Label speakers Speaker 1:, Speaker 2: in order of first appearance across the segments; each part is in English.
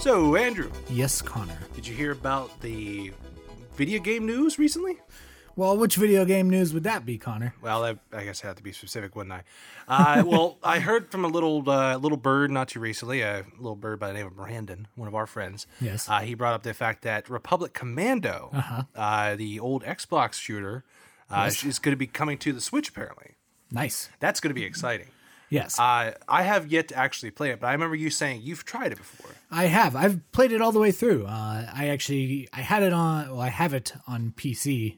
Speaker 1: So, Andrew,
Speaker 2: Yes, Connor.
Speaker 1: did you hear about the video game news recently?
Speaker 2: Well, which video game news would that be, Connor?
Speaker 1: Well, I, I guess I have to be specific, wouldn't I? Uh, well, I heard from a little uh, little bird not too recently, a little bird by the name of Brandon, one of our friends.
Speaker 2: Yes.
Speaker 1: Uh, he brought up the fact that Republic Commando, uh the old Xbox shooter, uh, is going to be coming to the Switch, apparently.
Speaker 2: Nice.
Speaker 1: That's going to be exciting.
Speaker 2: Yes.
Speaker 1: Uh, I have yet to actually play it, but I remember you saying you've tried it before.
Speaker 2: I have. I've played it all the way through. Uh, I actually I had it on. Well, I have it on PC.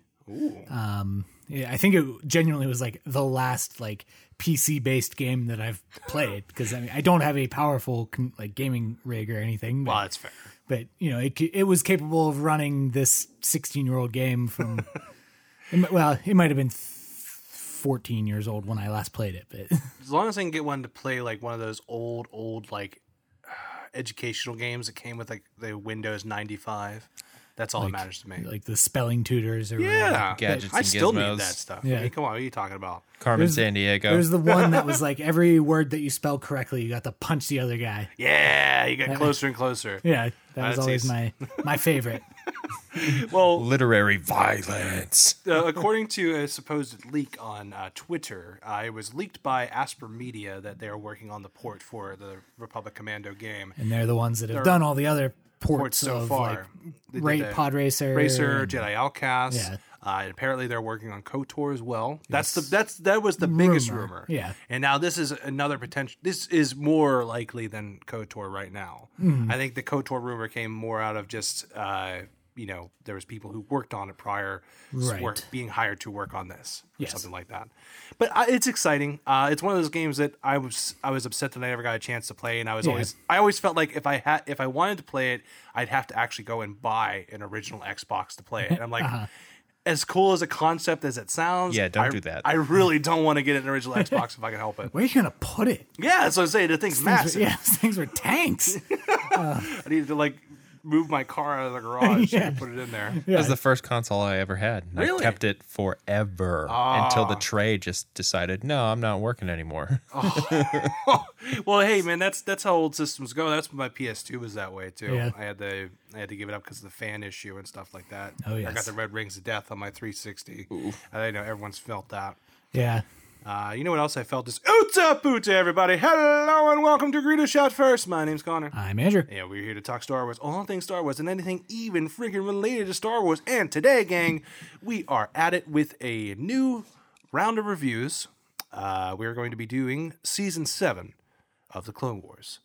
Speaker 2: Um, yeah, I think it genuinely was like the last like PC based game that I've played because I mean I don't have a powerful con- like gaming rig or anything. But,
Speaker 1: Well, that's fair.
Speaker 2: but you know it c- it was capable of running this 16 year old game from. it, mi- well, it might have been. 14 years old when I last played it, but
Speaker 1: as long as I can get one to play like one of those old, old like educational games that came with like the Windows ninety five. That's all that matters to me.
Speaker 2: like the spelling tutors or whatever.
Speaker 1: yeah,
Speaker 3: Gadgets
Speaker 1: I
Speaker 3: and
Speaker 1: still
Speaker 3: gizmos.
Speaker 1: need that stuff.
Speaker 2: Yeah.
Speaker 1: I mean, come on, what are you talking about?
Speaker 3: Carmen San Diego.
Speaker 2: There was the one that was like every word that you spelled correctly, you got to punch the other guy.
Speaker 1: Yeah, you got closer and closer.
Speaker 2: Yeah, that was
Speaker 1: That's
Speaker 2: always
Speaker 1: easy.
Speaker 2: my my favorite.
Speaker 1: Well,
Speaker 3: Literary violence.
Speaker 1: uh, according to a supposed leak on uh, Twitter, uh, it was leaked by Asper Media that they are working on the port for the Republic Commando game.
Speaker 2: And they're the ones that have done all the other ports
Speaker 1: ports so
Speaker 2: of
Speaker 1: far. They
Speaker 2: like
Speaker 1: did
Speaker 2: Ra-
Speaker 1: the
Speaker 2: Pod Racer,
Speaker 1: Racer,
Speaker 2: and
Speaker 1: Jedi Outcast.
Speaker 2: Yeah.
Speaker 1: Uh, and apparently they're working on KOTOR as well. That's the that's that was the biggest
Speaker 2: Rumor.
Speaker 1: rumor.
Speaker 2: Yeah.
Speaker 1: And now this is another potential this is more likely than KOTOR right now.
Speaker 2: Hmm.
Speaker 1: I think the KOTOR rumor came more out of just uh, you know, there was people who worked on it prior s-
Speaker 2: Right.
Speaker 1: work, being hired to work on this or
Speaker 2: Yes.
Speaker 1: something like that. But I, it's exciting. Uh, it's one of those games that I was I was upset that I never got a chance to play and I was
Speaker 2: Yeah.
Speaker 1: always I always felt like if I had if I wanted to play it, I'd have to actually go and buy an original Xbox to play it. And I'm like,
Speaker 2: Uh-huh.
Speaker 1: as cool as a concept as it sounds,
Speaker 3: Yeah, don't
Speaker 1: I-
Speaker 3: do that.
Speaker 1: I really don't want to get an original Xbox if I can help it.
Speaker 2: where are you gonna put it?
Speaker 1: Yeah, that's what I'm saying. The thing's
Speaker 2: Things
Speaker 1: massive.
Speaker 2: were, yeah, those things were tanks.
Speaker 1: I needed to like move my car out of the garage
Speaker 2: Yeah.
Speaker 1: and put it in there.
Speaker 3: That was the first console I ever had. And
Speaker 1: Really? Ah.
Speaker 3: I kept it forever until the tray just decided, no, I'm not working anymore.
Speaker 1: Well, hey man, that's that's how old systems go. That's when my PS2 was that way too.
Speaker 2: Yeah.
Speaker 1: I had to I had to give it up because of the fan issue and stuff like that.
Speaker 2: Oh,
Speaker 1: I
Speaker 2: yes.
Speaker 1: got the red rings of death on my 360. I know everyone's felt that.
Speaker 2: yeah,
Speaker 1: Uh, you know what else I felt is Oota Poota, everybody. Hello and welcome to Greedo Shot First. My name's Connor.
Speaker 2: I'm Andrew.
Speaker 1: Yeah, we're here to talk Star Wars, all things Star Wars, and anything even freaking related to Star Wars. And today, gang, we are at it with a new round of reviews. Uh, we're going to be doing season seven of the Clone Wars.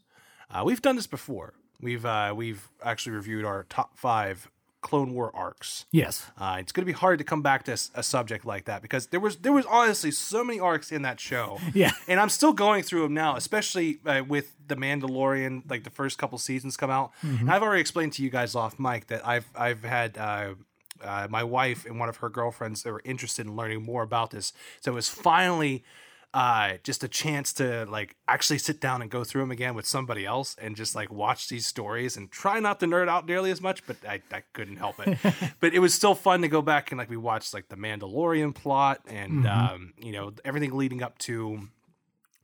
Speaker 1: Uh, we've done this before. We've uh, we've actually reviewed our top five Clone War arcs.
Speaker 2: Yes,
Speaker 1: Uh, it's going to be hard to come back to s- a subject like that because there was there was honestly so many arcs in that show.
Speaker 2: Yeah.
Speaker 1: and I'm still going through them now, especially uh, with the Mandalorian. Like the first couple seasons come out, and I've already explained to you guys off mic that I've I've had. Uh, uh, my wife and one of her girlfriends that were interested in learning more about this, so it was finally uh, just a chance to like actually sit down and go through them again with somebody else and just like watch these stories and try not to nerd out nearly as much, but I, I couldn't help it. but it was still fun to go back and like we watched like the Mandalorian plot and um, you know everything leading up to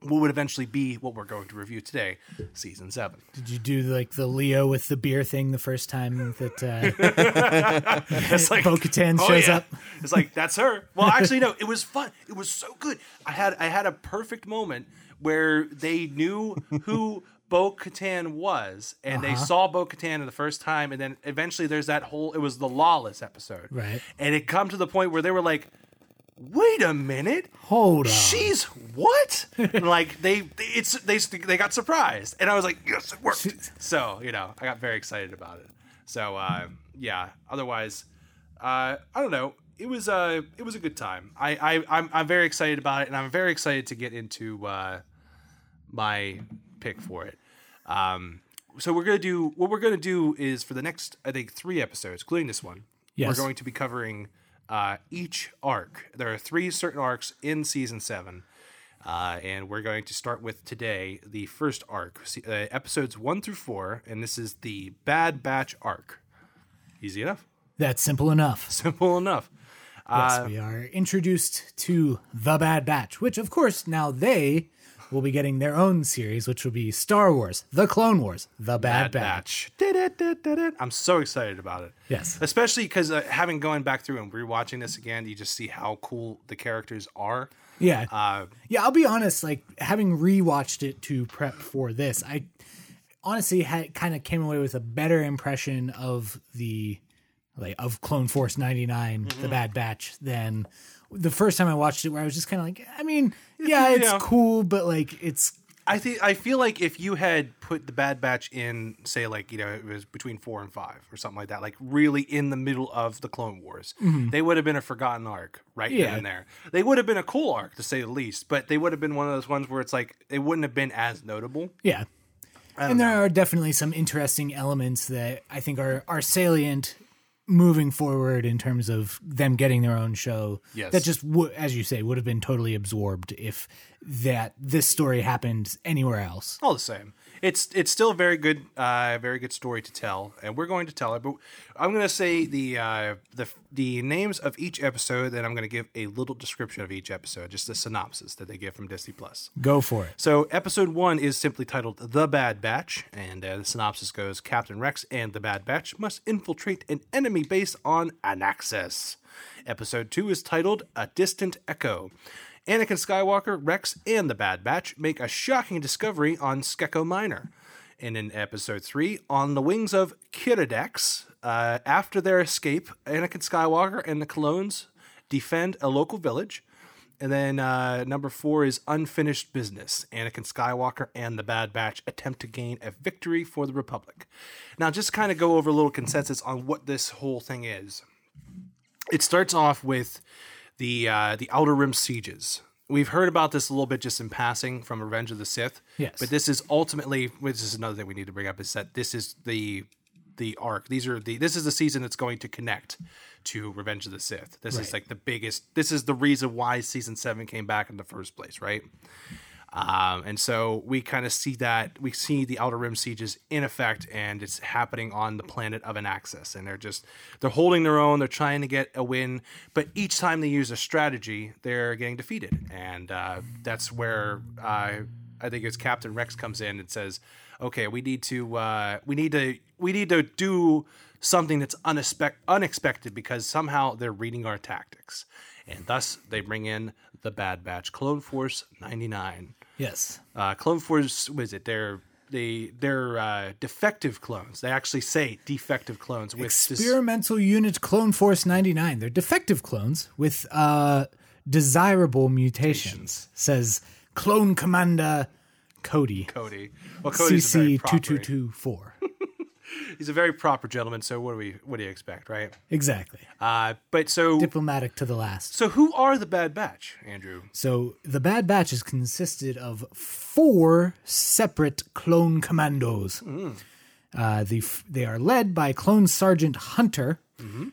Speaker 1: what would eventually be what we're going to review today, season seven.
Speaker 2: did you do like the Leo with the beer thing the first time that uh,
Speaker 1: It's like oh,
Speaker 2: Bo-Katan shows up?
Speaker 1: It's like that's her. Well, actually, no. It was fun. It was so good. I had I had a perfect moment where they knew who Bo Katan was, and
Speaker 2: Uh-huh.
Speaker 1: they saw Bo Katan the first time, and then eventually there's that whole. It was the Lawless episode,
Speaker 2: Right.
Speaker 1: And it come to the point where they were like, "Wait a minute,
Speaker 2: hold on?
Speaker 1: she's what?" And, like they, it's they they got surprised, and I was like, "Yes, it worked." So you know, I got very excited about it. So uh, yeah. Otherwise, uh, I don't know. It was uh, it was a good time. I, I I'm I'm very excited about it, and I'm very excited to get into uh, my pick for it. Um, so we're gonna do what we're gonna do is for the next I think three episodes, including this one.
Speaker 2: Yes.
Speaker 1: We're going to be covering uh, each arc. There are three certain arcs in season seven, uh, and we're going to start with today the first arc, se- uh, episodes one through four, and this is the Bad Batch arc. Easy enough
Speaker 2: That's simple enough.
Speaker 1: simple enough.
Speaker 2: Yes, we are introduced to The Bad Batch, which, of course, now they will be getting their own series, which will be Star Wars, The Clone Wars, The Bad, Batch.
Speaker 1: Did-it-did-did-it. I'm so excited about it.
Speaker 2: Yes.
Speaker 1: Especially because uh, having going back through and rewatching this again, you just see how cool the characters are.
Speaker 2: Yeah.
Speaker 1: Uh,
Speaker 2: yeah, I'll be honest, like having rewatched it to prep for this, I honestly had kind of came away with a better impression of the like of Clone Force 99, the Bad Batch than the first time I watched it where I was just kind of like, I mean, yeah, it's
Speaker 1: Yeah.
Speaker 2: cool, but like it's
Speaker 1: I think I feel like if you had put the Bad Batch in, say, like you know, it was between four and five or something like that, like really in the middle of the Clone Wars, they would have been a forgotten arc right then
Speaker 2: Mm-hmm. Yeah.
Speaker 1: and there. They would have been a cool arc to say the least, but they would have been one of those ones where it's like it wouldn't have been as notable.
Speaker 2: yeah. And there are definitely some interesting elements that I think are are salient moving forward in terms of them getting their own show
Speaker 1: Yes.
Speaker 2: that just w- as you say would have been totally absorbed if that this story happened anywhere else
Speaker 1: all the same it's it's still a very good uh very good story to tell and we're going to tell it but i'm going to say the uh the the names of each episode and i'm going to give a little description of each episode just the synopsis that they give from disney plus
Speaker 2: go for it
Speaker 1: so episode one is simply titled the bad batch and uh, the synopsis goes captain rex and the bad batch must infiltrate an enemy base on anaxis episode two is titled a distant echo Anakin Skywalker, Rex, and the Bad Batch make a shocking discovery on Skeko Minor. And in episode three, on the wings of Kiridex, uh, after their escape, Anakin Skywalker and the clones defend a local village. And then uh, number four is unfinished business. Anakin Skywalker and the Bad Batch attempt to gain a victory for the Republic. Now, just kind of go over a little consensus on what this whole thing is it starts off with the uh, the Outer Rim sieges. We've heard about this a little bit just in passing from Revenge of the Sith.
Speaker 2: Yes.
Speaker 1: but this is ultimately which is another thing we need to bring up is that this is the the arc. These are the this is the season that's going to connect to Revenge of the Sith. This is
Speaker 2: Right.
Speaker 1: like the biggest. This is the reason why season seven came back in the first place, right? Um, and so we kind of see that we see the Outer Rim sieges in effect, and it's happening on the planet of an Axis. And they're just they're holding their own. They're trying to get a win, but each time they use a strategy, they're getting defeated. And uh, that's where uh, I think it's Captain Rex comes in and says, "Okay, we need to uh, we need to we need to do something that's unexpect- unexpected because somehow they're reading our tactics." And thus, they bring in the Bad Batch Clone Force 99
Speaker 2: yes
Speaker 1: uh, clone force was it they're they they're uh, defective clones they actually say defective clones with this,
Speaker 2: experimental unit clone force 99 they're defective clones with uh desirable mutations says clone commander cody
Speaker 1: cody well cody's a very
Speaker 2: cc
Speaker 1: proper,
Speaker 2: 2224
Speaker 1: he's a very proper gentleman so what do we what do you expect right
Speaker 2: exactly
Speaker 1: uh, but so
Speaker 2: diplomatic to the last
Speaker 1: so who are the bad batch andrew
Speaker 2: So the Bad Batch is consisted of four separate clone commandos. Uh, the f- they are led by Clone Sergeant Hunter,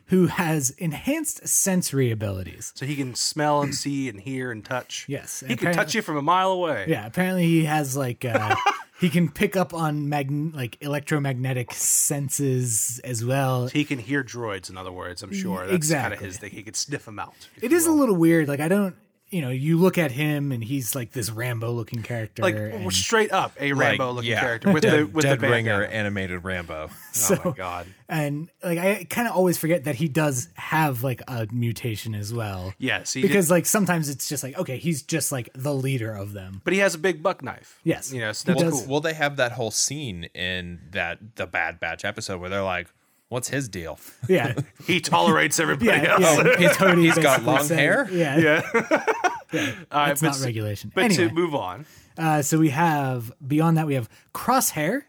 Speaker 2: who has enhanced sensory abilities.
Speaker 1: so he can smell and see and hear and touch
Speaker 2: Yes,
Speaker 1: he can
Speaker 2: apparently-
Speaker 1: touch you from a mile away
Speaker 2: Yeah, apparently he has like uh, he can pick up on magn- like electromagnetic senses as well.
Speaker 1: he can hear droids in other words i'm sure that's kind
Speaker 2: Exactly.
Speaker 1: of his thing he could sniff them out if
Speaker 2: It
Speaker 1: you
Speaker 2: is a
Speaker 1: will.
Speaker 2: little weird. Like I don't, you know, you look at him and he's like this Rambo looking character.
Speaker 1: like
Speaker 2: and-
Speaker 1: straight up a rambo looking character with
Speaker 3: dead,
Speaker 1: the with
Speaker 3: dead
Speaker 1: the
Speaker 3: ringer
Speaker 1: bandana.
Speaker 3: animated Rambo.
Speaker 1: oh my god
Speaker 2: and like I kind of always forget that he does have like a mutation as well.
Speaker 1: Yes, he did-
Speaker 2: because like sometimes it's just like okay, he's just like the leader of them.
Speaker 1: but he has a big buck knife.
Speaker 2: Yes.
Speaker 1: you know, so
Speaker 2: He
Speaker 1: that's
Speaker 2: does.
Speaker 1: cool.
Speaker 3: Well, they have that whole scene in that the Bad Batch episode where they're like, "What's his deal?
Speaker 2: Yeah,
Speaker 1: He totolerates everybody
Speaker 2: yeah,
Speaker 1: else.
Speaker 2: yeah. He totally
Speaker 3: He's got
Speaker 2: basically
Speaker 3: long
Speaker 2: said-
Speaker 3: hair?
Speaker 2: Yeah,
Speaker 1: Uh,
Speaker 2: it's
Speaker 1: but
Speaker 2: not
Speaker 1: s-
Speaker 2: regulation.
Speaker 1: But
Speaker 2: anyway,
Speaker 1: to move on,
Speaker 2: uh, so we have beyond that we have Crosshair,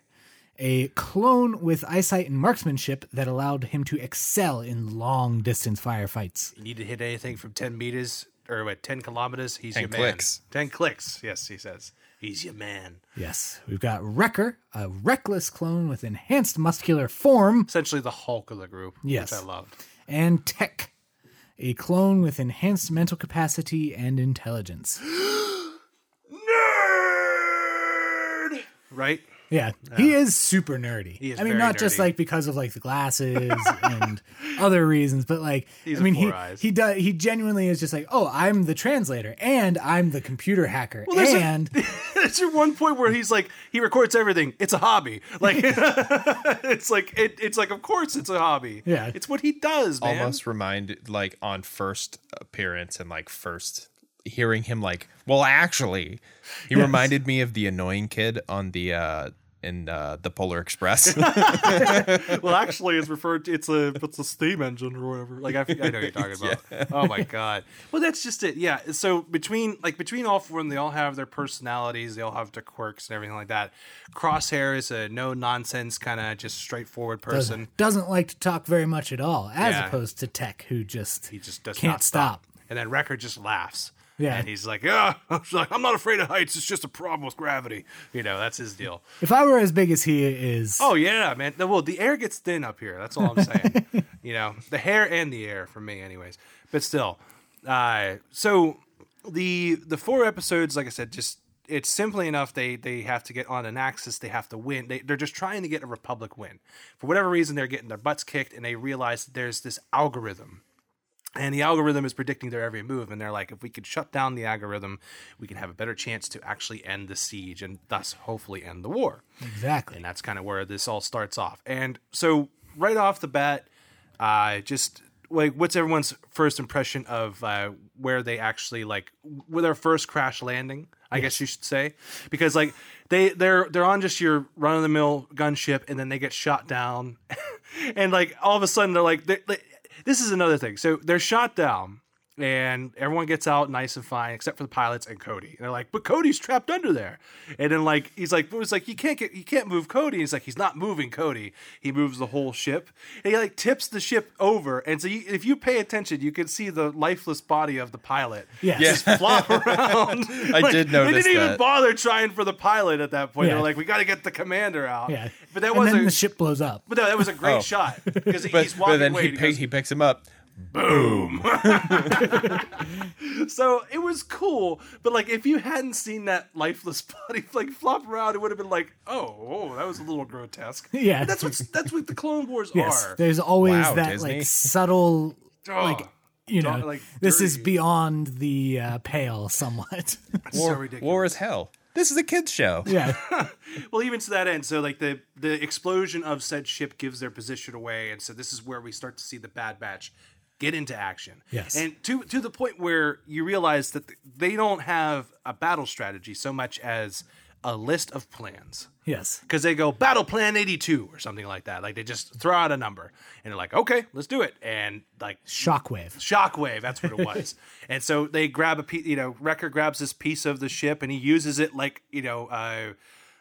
Speaker 2: a clone with eyesight and marksmanship that allowed him to excel in long distance firefights.
Speaker 1: you need to hit anything from ten meters or what, ten kilometers. He's
Speaker 3: 10
Speaker 1: your
Speaker 3: clicks.
Speaker 1: man. Ten clicks. Yes, he says he's your man.
Speaker 2: Yes, we've got Wrecker, a reckless clone with enhanced muscular form.
Speaker 1: Essentially, the Hulk of the group.
Speaker 2: Yes.
Speaker 1: which I loved.
Speaker 2: and Tech, a clone with enhanced mental capacity and intelligence.
Speaker 1: Nerd, right?
Speaker 2: Yeah, he is super nerdy.
Speaker 1: He is
Speaker 2: I mean,
Speaker 1: very
Speaker 2: not just
Speaker 1: nerdy.
Speaker 2: like because of like the glasses and other reasons, but like
Speaker 1: He's
Speaker 2: I
Speaker 1: a
Speaker 2: mean, he
Speaker 1: four eyes.
Speaker 2: he does he genuinely is just like, oh, I'm the translator and I'm the computer hacker
Speaker 1: there's a-
Speaker 2: and
Speaker 1: There's your one point where he's like, he records everything. It's a hobby. Like, it's like it, it's like, of course, it's a hobby.
Speaker 2: Yeah.
Speaker 1: it's what he does, man.
Speaker 3: almost remind like on first appearance and like first hearing him like well actually he reminded me of the annoying kid on the uh in uh the polar express
Speaker 1: Well, actually, it's referred to. It's a it's a steam engine or whatever. Like I, think- I know what you're talking about. Oh my god. Well, that's just it. Yeah. So between like between all four, of them, they all have their personalities. They all have their quirks and everything like that. Crosshair is a no nonsense kind of just straightforward person.
Speaker 2: doesn't, doesn't like to talk very much at all, as
Speaker 1: Yeah.
Speaker 2: opposed to Tech, who just
Speaker 1: He just does
Speaker 2: can't
Speaker 1: not
Speaker 2: stop.
Speaker 1: And then Record just laughs.
Speaker 2: Yeah.
Speaker 1: And he's like, ah, I'm like, I'm not afraid of heights. It's just a problem with gravity. You know, that's his deal.
Speaker 2: If I were as big as he is,
Speaker 1: Oh yeah, man. No, Well, the air gets thin up here. That's all I'm saying. you know, the hair and the air for me, anyways. But still, uh, so the the four episodes, like I said, just it's simply enough. They they have to get on an axis. They have to win. They, they're just trying to get a republic win. For whatever reason, they're getting their butts kicked, and they realize that there's this algorithm and the algorithm is predicting their every move and they're like if we could shut down the algorithm we can have a better chance to actually end the siege and thus hopefully end the war
Speaker 2: exactly.
Speaker 1: and that's kind of where this all starts off and so right off the bat uh just like what's everyone's first impression of uh where they actually like with their first crash landing i guess you should say because like they they're they're on just your run-of-the-mill gunship and then they get shot down and like all of a sudden they're like they they- this is another thing so they're shot down and everyone gets out nice and fine except for the pilots and cody and they're like but cody's trapped under there and then like he's like it's like you can't get you can't move cody he's like he's not moving cody he moves the whole ship and he like tips the ship over and so you, if you pay attention you can see the lifeless body of the pilot
Speaker 2: Yes.
Speaker 1: just flop around i
Speaker 3: did
Speaker 1: they
Speaker 3: notice
Speaker 1: didn't even
Speaker 3: that.
Speaker 1: bother trying for the pilot at that point
Speaker 2: Yeah.
Speaker 1: they're like we got to get the commander out
Speaker 2: Yeah,
Speaker 1: but that
Speaker 2: and
Speaker 1: was
Speaker 2: then
Speaker 1: a,
Speaker 2: the ship blows up.
Speaker 1: but no, that was a great
Speaker 3: Oh.
Speaker 1: shot because he,
Speaker 3: but,
Speaker 1: he's walking
Speaker 3: but then
Speaker 1: away.
Speaker 3: he,
Speaker 1: and he
Speaker 3: pick,
Speaker 1: goes,
Speaker 3: he picks him up
Speaker 1: so it was cool, but like if you hadn't seen that lifeless body like flop around, it would have been like, oh, oh, that was a little grotesque.
Speaker 2: Yeah.
Speaker 1: But that's what that's what the Clone Wars
Speaker 2: Yes,
Speaker 1: are.
Speaker 2: there's always
Speaker 3: Wow,
Speaker 2: that
Speaker 3: Disney.
Speaker 2: like subtle,
Speaker 1: Oh,
Speaker 2: like you know,
Speaker 1: dark, like,
Speaker 2: this is
Speaker 1: dirty.
Speaker 2: beyond the uh, pale somewhat.
Speaker 1: it's so
Speaker 3: war,
Speaker 1: ridiculous.
Speaker 3: war is hell this is a kids show
Speaker 2: yeah,
Speaker 1: well, even to that end, so like the the explosion of said ship gives their position away, and so this is where we start to see the Bad Batch get into action.
Speaker 2: Yes.
Speaker 1: and to to the point where you realize that th- they don't have a battle strategy so much as a list of plans.
Speaker 2: yes,
Speaker 1: because they go battle plan 82 or something like that like they just throw out a number and they're like okay let's do it and like
Speaker 2: shockwave.
Speaker 1: shockwave that's what it was and so they grab a piece you know wrecker grabs this piece of the ship and he uses it like you know uh,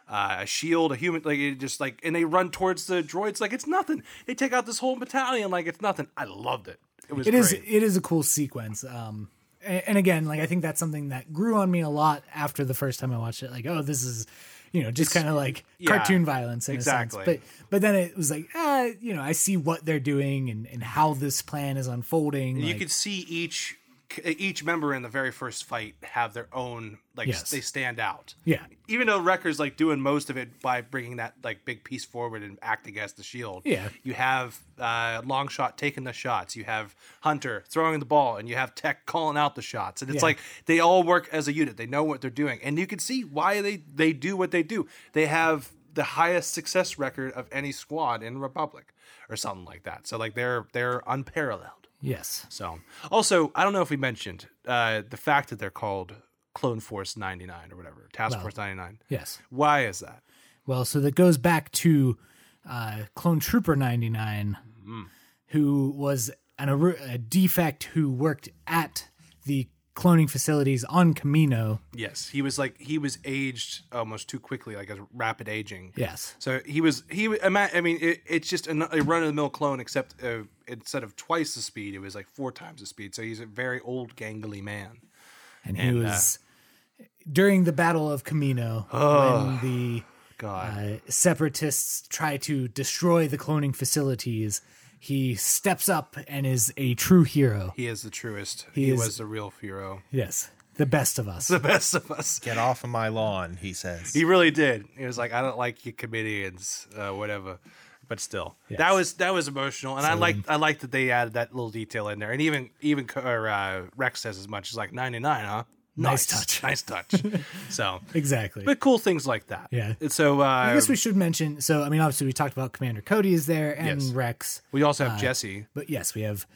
Speaker 1: uh, a shield a human like it just like and they run towards the droids like it's nothing they take out this whole battalion like it's nothing i loved it it was
Speaker 2: It is.
Speaker 1: great.
Speaker 2: It is a cool sequence. Um, a- and again, like I think that's something that grew on me a lot after the first time I watched it. Like, oh, this is, you know, just kind of like
Speaker 1: yeah,
Speaker 2: cartoon violence in
Speaker 1: exactly.
Speaker 2: a sense. But but then it was like, ah, you know, I see what they're doing and and how this plan is unfolding.
Speaker 1: you
Speaker 2: like-
Speaker 1: could see each each member in the very first fight have their own like
Speaker 2: Yes.
Speaker 1: they stand out
Speaker 2: yeah,
Speaker 1: even though Wrecker's like doing most of it by bringing that like big piece forward and acting as the shield.
Speaker 2: Yeah.
Speaker 1: you have uh, long shot taking the shots. You have Hunter throwing the ball, and you have Tech calling out the shots. And it's
Speaker 2: Yeah.
Speaker 1: like they all work as a unit. They know what they're doing, and you can see why they they do what they do. They have the highest success record of any squad in Republic, or something like that. So like they're they're unparalleled.
Speaker 2: yes,
Speaker 1: So, also, I don't know if we mentioned uh, the fact that they're called Clone Force 99 or whatever, Task Force 99.
Speaker 2: yes.
Speaker 1: Why is that?
Speaker 2: Well, so that goes back to uh, Clone Trooper 99, who was an, or- a defect who worked at the cloning facilities on Camino.
Speaker 1: Yes, he was like he was aged almost too quickly, like a rapid aging.
Speaker 2: Yes.
Speaker 1: So he was he. I ma- I mean, it, it's just an- a run of the mill clone, except uh, instead of twice the speed, it was like four times the speed. So he's a very old, gangly man.
Speaker 2: And he was during the Battle of Camino when the
Speaker 1: God,
Speaker 2: uh, separatists try to destroy the cloning facilities. He steps up and is a true hero.
Speaker 1: he is the truest.
Speaker 2: he
Speaker 1: He,
Speaker 2: is-
Speaker 1: was the real hero.
Speaker 2: Yes. the best of us.
Speaker 1: the best of us.
Speaker 3: Get off of my lawn, he says.
Speaker 1: He really did. He was like, I don't like you comedians, uh, whatever. But still, that
Speaker 2: Yes.
Speaker 1: was that was emotional, and I liked I liked that they added that little detail in there, and even even Co- or, uh, Rex says as much. He's like ninety nine, huh?
Speaker 2: Nice touch.
Speaker 1: nice touch. so,
Speaker 2: Exactly.
Speaker 1: but cool things like that.
Speaker 2: Yeah.
Speaker 1: And So uh,
Speaker 2: I guess we should mention. So, I mean, obviously, we talked about Commander Cody is there and
Speaker 1: Yes.
Speaker 2: Rex,
Speaker 1: we also have Jesse,
Speaker 2: but yes, we have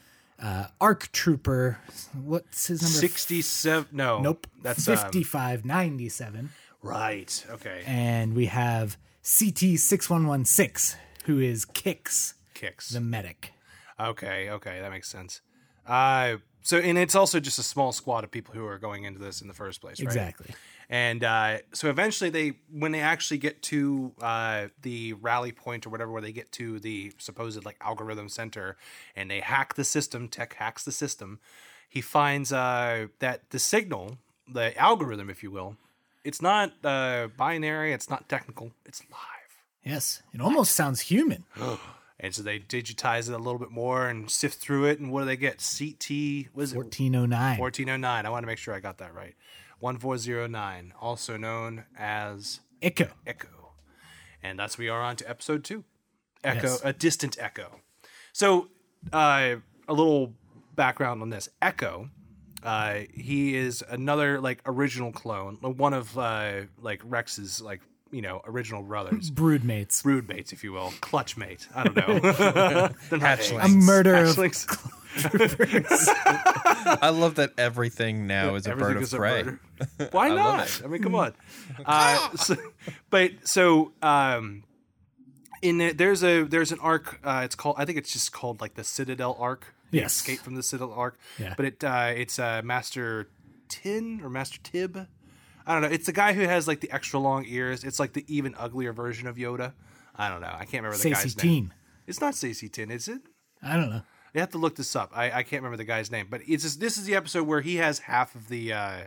Speaker 2: uh, Arc Trooper. What's his number?
Speaker 1: sixty seven. No,
Speaker 2: Nope.
Speaker 1: That's um,
Speaker 2: fifty-five ninety-seven,
Speaker 1: right. Okay,
Speaker 2: and we have CT six one one six, who is Kix
Speaker 1: kicks.
Speaker 2: the medic.
Speaker 1: Okay, okay, that makes sense. Uh, so and it's also just a small squad of people who are going into this in the first place, right?
Speaker 2: Exactly.
Speaker 1: And uh, so eventually they, when they actually get to uh, the rally point or whatever, where they get to the supposed like algorithm center, and they hack the system, tech hacks the system. He finds uh, that the signal, the algorithm, if you will, it's not uh, binary, it's not technical, it's live.
Speaker 2: Yes, it almost sounds human.
Speaker 1: And so they digitize it a little bit more and sift through it. And what do they get? CT was it
Speaker 2: Fourteen oh nine.
Speaker 1: 1409? I want to make sure I got that right. 1409, also known as
Speaker 2: Echo.
Speaker 1: Echo. And that's we are on to episode two. Echo,
Speaker 2: Yes.
Speaker 1: a distant echo. So, uh, a little background on this. Echo, uh, he is another like original clone, one of uh, like Rex's like you know original brothers,
Speaker 2: Broodmates.
Speaker 1: brood mates, if you will, clutch mate. I don't know. They're not
Speaker 3: Hatchlings.
Speaker 2: A
Speaker 1: eggs.
Speaker 2: murder of
Speaker 1: Hatchlings.
Speaker 3: I love that everything now is a
Speaker 1: Everything
Speaker 3: bird of
Speaker 1: is a
Speaker 3: prey.
Speaker 1: murder. Why
Speaker 3: love
Speaker 1: not? I mean, come on. Uh, so, but so um, in there, there's a there's an arc. Uh, it's called I think it's just called like the Citadel arc. the
Speaker 2: Yes.
Speaker 1: Escape from the Citadel arc.
Speaker 2: Yeah.
Speaker 1: But it uh, it's uh, Master Tin or Master Tib. I don't know. It's the guy who has like the extra long ears. It's like the even uglier version of Yoda. I don't know. I can't remember the
Speaker 2: Stacey
Speaker 1: guy's name.
Speaker 2: Teen.
Speaker 1: It's not Stacey Tin, is it?
Speaker 2: I don't know.
Speaker 1: You have to look this up. I, I can't remember the guy's name, but it's just, this is the episode where he has half of the uh,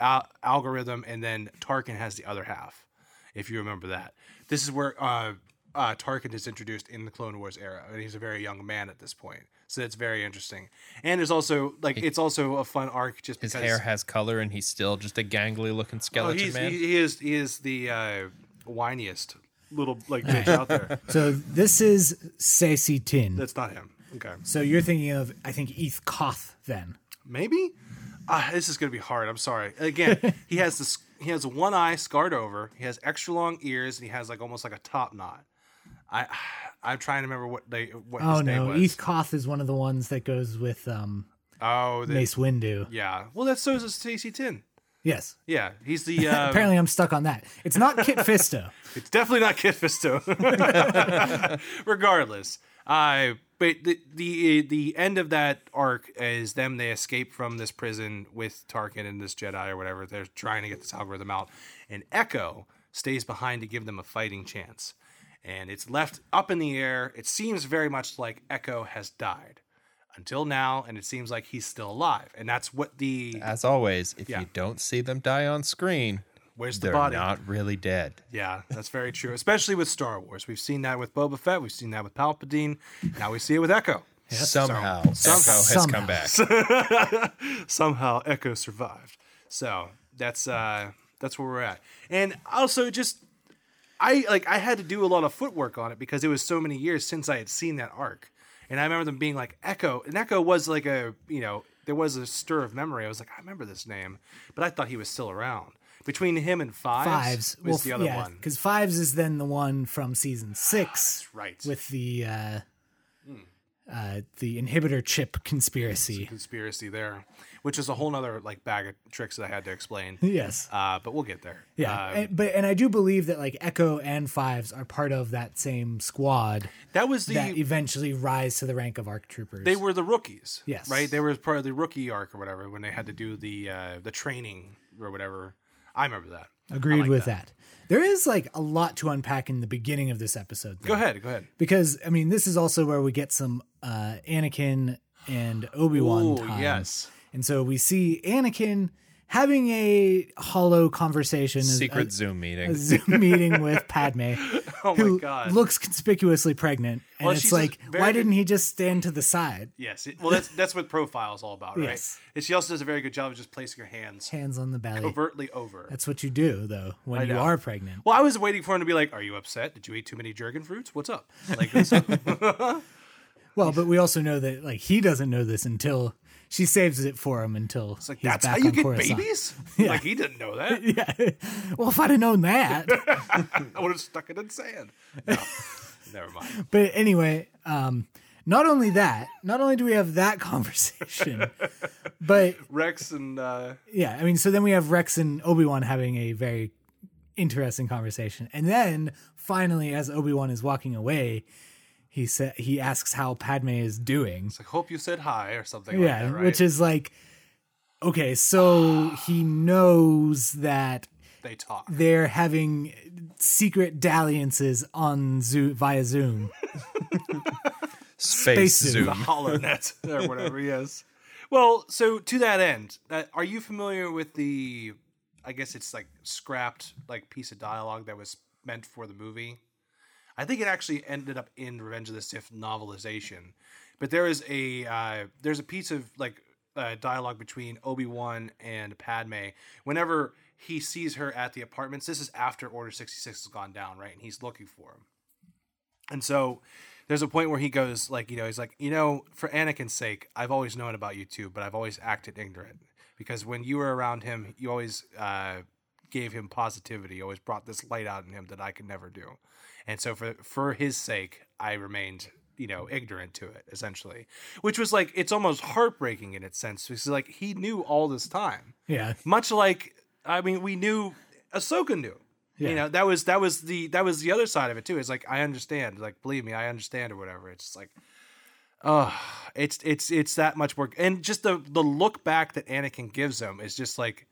Speaker 1: al- algorithm, and then Tarkin has the other half. If you remember that, this is where uh, uh, Tarkin is introduced in the Clone Wars era, and he's a very young man at this point. So that's very interesting. And there's also like it's also a fun arc just
Speaker 3: His
Speaker 1: because
Speaker 3: hair has color, and he's still just a gangly looking
Speaker 1: oh,
Speaker 3: skeleton
Speaker 1: he's,
Speaker 3: man.
Speaker 1: he, he is he is the uh, whiniest little like bitch out there.
Speaker 2: So this is Stacey Tin.
Speaker 1: That's not him. Okay.
Speaker 2: So you're thinking of, I think, Eth Koth then.
Speaker 1: maybe Ah, this is going to be hard i'm sorry again he has this he has one eye scarred over he has extra long ears and he has like almost like a top knot i i'm trying to remember what they what
Speaker 2: Oh
Speaker 1: his name
Speaker 2: no,
Speaker 1: was
Speaker 2: Eth Koth is one of the ones that goes with um,
Speaker 1: oh the,
Speaker 2: Mace Windu.
Speaker 1: yeah well that's so is stacy tin
Speaker 2: Yes.
Speaker 1: yeah he's the uh
Speaker 2: Apparently, I'm stuck on that. It's not Kit Fisto.
Speaker 1: It's definitely not Kid Fisto. Regardless, uh, but the, the the end of that arc is them they escape from this prison with Tarkin and this Jedi or whatever. They're trying to get this algorithm out, and Echo stays behind to give them a fighting chance. And it's left up in the air. It seems very much like Echo has died until now, and it seems like he's still alive. And that's what the
Speaker 3: As always, if
Speaker 1: Yeah.
Speaker 3: you don't see them die on screen,
Speaker 1: where's the
Speaker 3: they're
Speaker 1: body?
Speaker 3: not really dead.
Speaker 1: Yeah, that's very true. Especially with Star Wars. We've seen that with Boba Fett. We've seen that with Palpatine. Now we see it with Echo.
Speaker 3: Somehow,
Speaker 1: Some-
Speaker 3: Echo has
Speaker 2: somehow.
Speaker 3: come back.
Speaker 1: Somehow Echo survived. So that's uh that's where we're at. And also just I like I had to do a lot of footwork on it because it was so many years since I had seen that arc. And I remember them being like Echo, and Echo was like a you know, there was a stir of memory. I was like, I remember this name, but I thought he was still around. Between him and Fives,
Speaker 2: Fives
Speaker 1: was the other one. Ah,
Speaker 2: because Fives is then the one from season six,
Speaker 1: right. Hmm.
Speaker 2: With the uh, uh, the inhibitor chip conspiracy.
Speaker 1: conspiracy there, which is a whole nother like bag of tricks that I had to explain.
Speaker 2: Yes.
Speaker 1: Uh, but we'll get there.
Speaker 2: Yeah,
Speaker 1: Uh,
Speaker 2: and, but and I do believe that like Echo and Fives are part of that same squad
Speaker 1: that was the
Speaker 2: that eventually rise to the rank of ARC troopers.
Speaker 1: they were the rookies.
Speaker 2: Yes.
Speaker 1: Right? They were part of the rookie arc or whatever when they had to do the uh, the training or whatever. I remember that.
Speaker 2: agreed with that. There is like a lot to unpack in the beginning of this episode. though.
Speaker 1: Go ahead, go ahead.
Speaker 2: because I mean this is also where we get some uh, Anakin and Obi Wan
Speaker 1: Oh,
Speaker 2: time,
Speaker 1: yes.
Speaker 2: and so we see Anakin having a hollow conversation, as-
Speaker 3: Secret
Speaker 2: as-
Speaker 3: Zoom meeting.
Speaker 2: a Zoom meeting with Padme,
Speaker 1: Oh my
Speaker 2: who
Speaker 1: God.
Speaker 2: looks conspicuously pregnant, and
Speaker 1: Well,
Speaker 2: it's
Speaker 1: she's
Speaker 2: like,
Speaker 1: a very
Speaker 2: why
Speaker 1: good-
Speaker 2: didn't he just stand to the side,
Speaker 1: Yes. It, well, that's that's what profile is all about, right?
Speaker 2: Yes.
Speaker 1: And she also does a very good job of just placing her hands
Speaker 2: hands on the belly?
Speaker 1: overtly over.
Speaker 2: That's what you do though when you
Speaker 1: know.
Speaker 2: are pregnant.
Speaker 1: well, I was waiting for him to be like, "Are you upset? Did you eat too many jerkin fruits? What's up?" Like, what's up?
Speaker 2: Well, but we also know that like he doesn't know this until she saves it for him until
Speaker 1: It's like
Speaker 2: he's
Speaker 1: that's
Speaker 2: back
Speaker 1: how you
Speaker 2: on
Speaker 1: get
Speaker 2: Coruscant.
Speaker 1: babies. Like he didn't know that.
Speaker 2: Yeah. well, if I'd have known that,
Speaker 1: I would have stuck it in sand. No, never mind.
Speaker 2: But anyway, um, not only that, not only do we have that conversation, but
Speaker 1: Rex and uh,
Speaker 2: yeah, I mean, so then we have Rex and Obi Wan having a very interesting conversation, and then finally, as Obi Wan is walking away, he sa- he asks how Padme is doing.
Speaker 1: it's like, hope you said hi or something.
Speaker 2: yeah,
Speaker 1: like that, right?
Speaker 2: which is like, okay, so he knows that
Speaker 1: they talk.
Speaker 2: they're having secret dalliances on Zoom via Zoom.
Speaker 3: Space,
Speaker 2: Space
Speaker 1: the
Speaker 3: Zoom.
Speaker 1: hollow net or whatever yes well so to that end uh, are you familiar with the i guess it's like scrapped like piece of dialogue that was meant for the movie i think it actually ended up in revenge of the sith novelization but there is a uh, there's a piece of like uh, dialogue between obi-wan and padme whenever he sees her at the apartments this is after order 66 has gone down right and he's looking for him and so there's a point where he goes, like, you know, he's like, you know, for Anakin's sake, I've always known about you two, but I've always acted ignorant because when you were around him, you always uh, gave him positivity, you always brought this light out in him that I could never do. And so for for his sake, I remained, you know, ignorant to it essentially, which was like it's almost heartbreaking in its sense because like he knew all this time
Speaker 2: Yeah,
Speaker 1: much like I mean, we knew Ahsoka knew.
Speaker 2: Yeah.
Speaker 1: You know, that was that was the that was the other side of it too. It's like I understand, like believe me, I understand or whatever. It's just like, oh, it's it's it's that much more, and just the the look back that Anakin gives him is just like,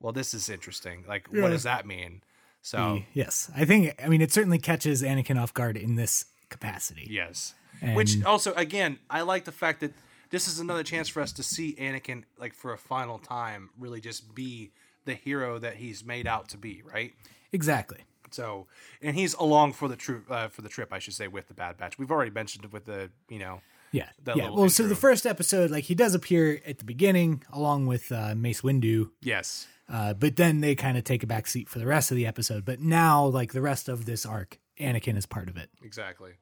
Speaker 1: well, this is interesting. Like, what does that mean? So
Speaker 2: Yes, I think. I mean, it certainly catches Anakin off guard in this capacity.
Speaker 1: Yes. Which also, again, I like the fact that this is another chance for us to see Anakin, like for a final time, really just be the hero that he's made out to be, right?
Speaker 2: Exactly.
Speaker 1: So, and he's along for the trip, uh, for the trip, I should say, with the Bad Batch. We've already mentioned it with the, you know,
Speaker 2: Yeah.
Speaker 1: That
Speaker 2: yeah.
Speaker 1: little
Speaker 2: Well, so the
Speaker 1: intro.
Speaker 2: first episode, like he does appear at the beginning along with uh, Mace Windu,
Speaker 1: yes,
Speaker 2: uh, but then they kind of take a back seat for the rest of the episode. But now, like the rest of this arc, Anakin is part of it.
Speaker 1: exactly.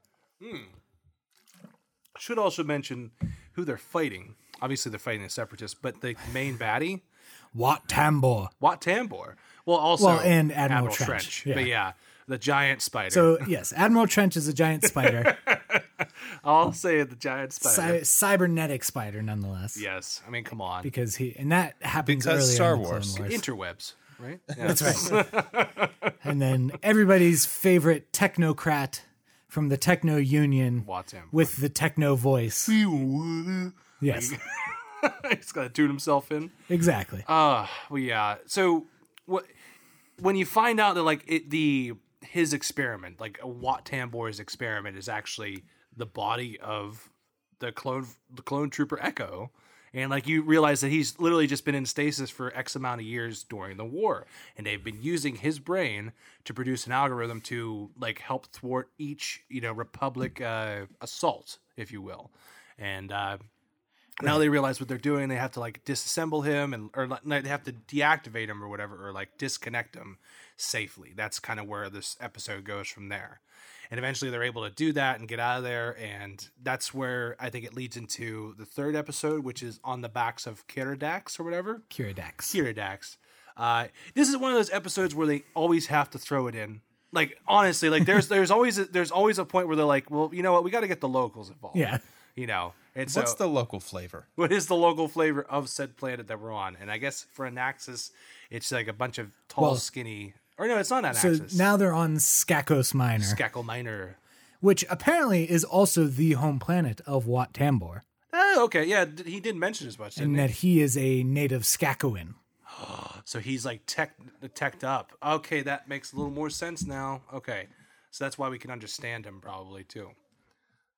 Speaker 1: Hmm. Should also mention who they're fighting. Obviously, they're fighting the Separatists, but the main baddie,
Speaker 2: Wat Tambor.
Speaker 1: Wat Tambor. Well, also
Speaker 2: Well, and Admiral Trench, yeah.
Speaker 1: But yeah, the giant spider.
Speaker 2: So yes, Admiral Trench is a giant spider,
Speaker 1: I'll say the giant spider.
Speaker 2: cy- cybernetic spider, nonetheless.
Speaker 1: yes, I mean, come on,
Speaker 2: Because he and that happens
Speaker 3: Because
Speaker 2: earlier
Speaker 3: Star
Speaker 2: in the Clone
Speaker 3: Wars.
Speaker 2: Wars.
Speaker 1: interwebs, right? Yeah.
Speaker 2: That's right. and then everybody's favorite technocrat from the Techno Union
Speaker 1: Wat Tambor.
Speaker 2: with the techno voice. Yes,
Speaker 1: He's got to tune himself in.
Speaker 2: exactly.
Speaker 1: Uh, well, yeah. So what when you find out that like it, the his experiment, like Wat Tambor's experiment, is actually the body of the clone the clone trooper Echo. And like you realize that he's literally just been in stasis for X amount of years during the war, and they've been using his brain to produce an algorithm to like help thwart each you know Republic uh, assault, if you will. And uh, now they realize what they're doing. They have to like disassemble him and or like, they have to deactivate him or whatever or like disconnect him safely. That's kind of where this episode goes from there. And eventually they're able to do that and get out of there. And that's where I think it leads into the third episode, which is on the backs of Kiradax or whatever.
Speaker 2: Kiridax.
Speaker 1: Kiradax. Uh, this is one of those episodes where they always have to throw it in. Like honestly, like there's there's always a, there's always a point where they're like, well, you know what, we got to get the locals involved.
Speaker 2: Yeah.
Speaker 1: you know. And so
Speaker 3: What's the local flavor?
Speaker 1: what is the local flavor of said planet that we're on? And I guess for Anaxis, it's like a bunch of tall,
Speaker 2: Well-
Speaker 1: skinny. Or no, it's not
Speaker 2: So
Speaker 1: Anaxis.
Speaker 2: now they're on Skakos Minor,
Speaker 1: Skackle Minor.
Speaker 2: which apparently is also the home planet of Wat Tambor,
Speaker 1: Oh, okay. Yeah, d- he didn't mention as much, didn't
Speaker 2: and that he is a native Skakoan.
Speaker 1: he? So he's like tech, teched up. Okay, that makes a little more sense now. Okay. So that's why we can understand him probably too.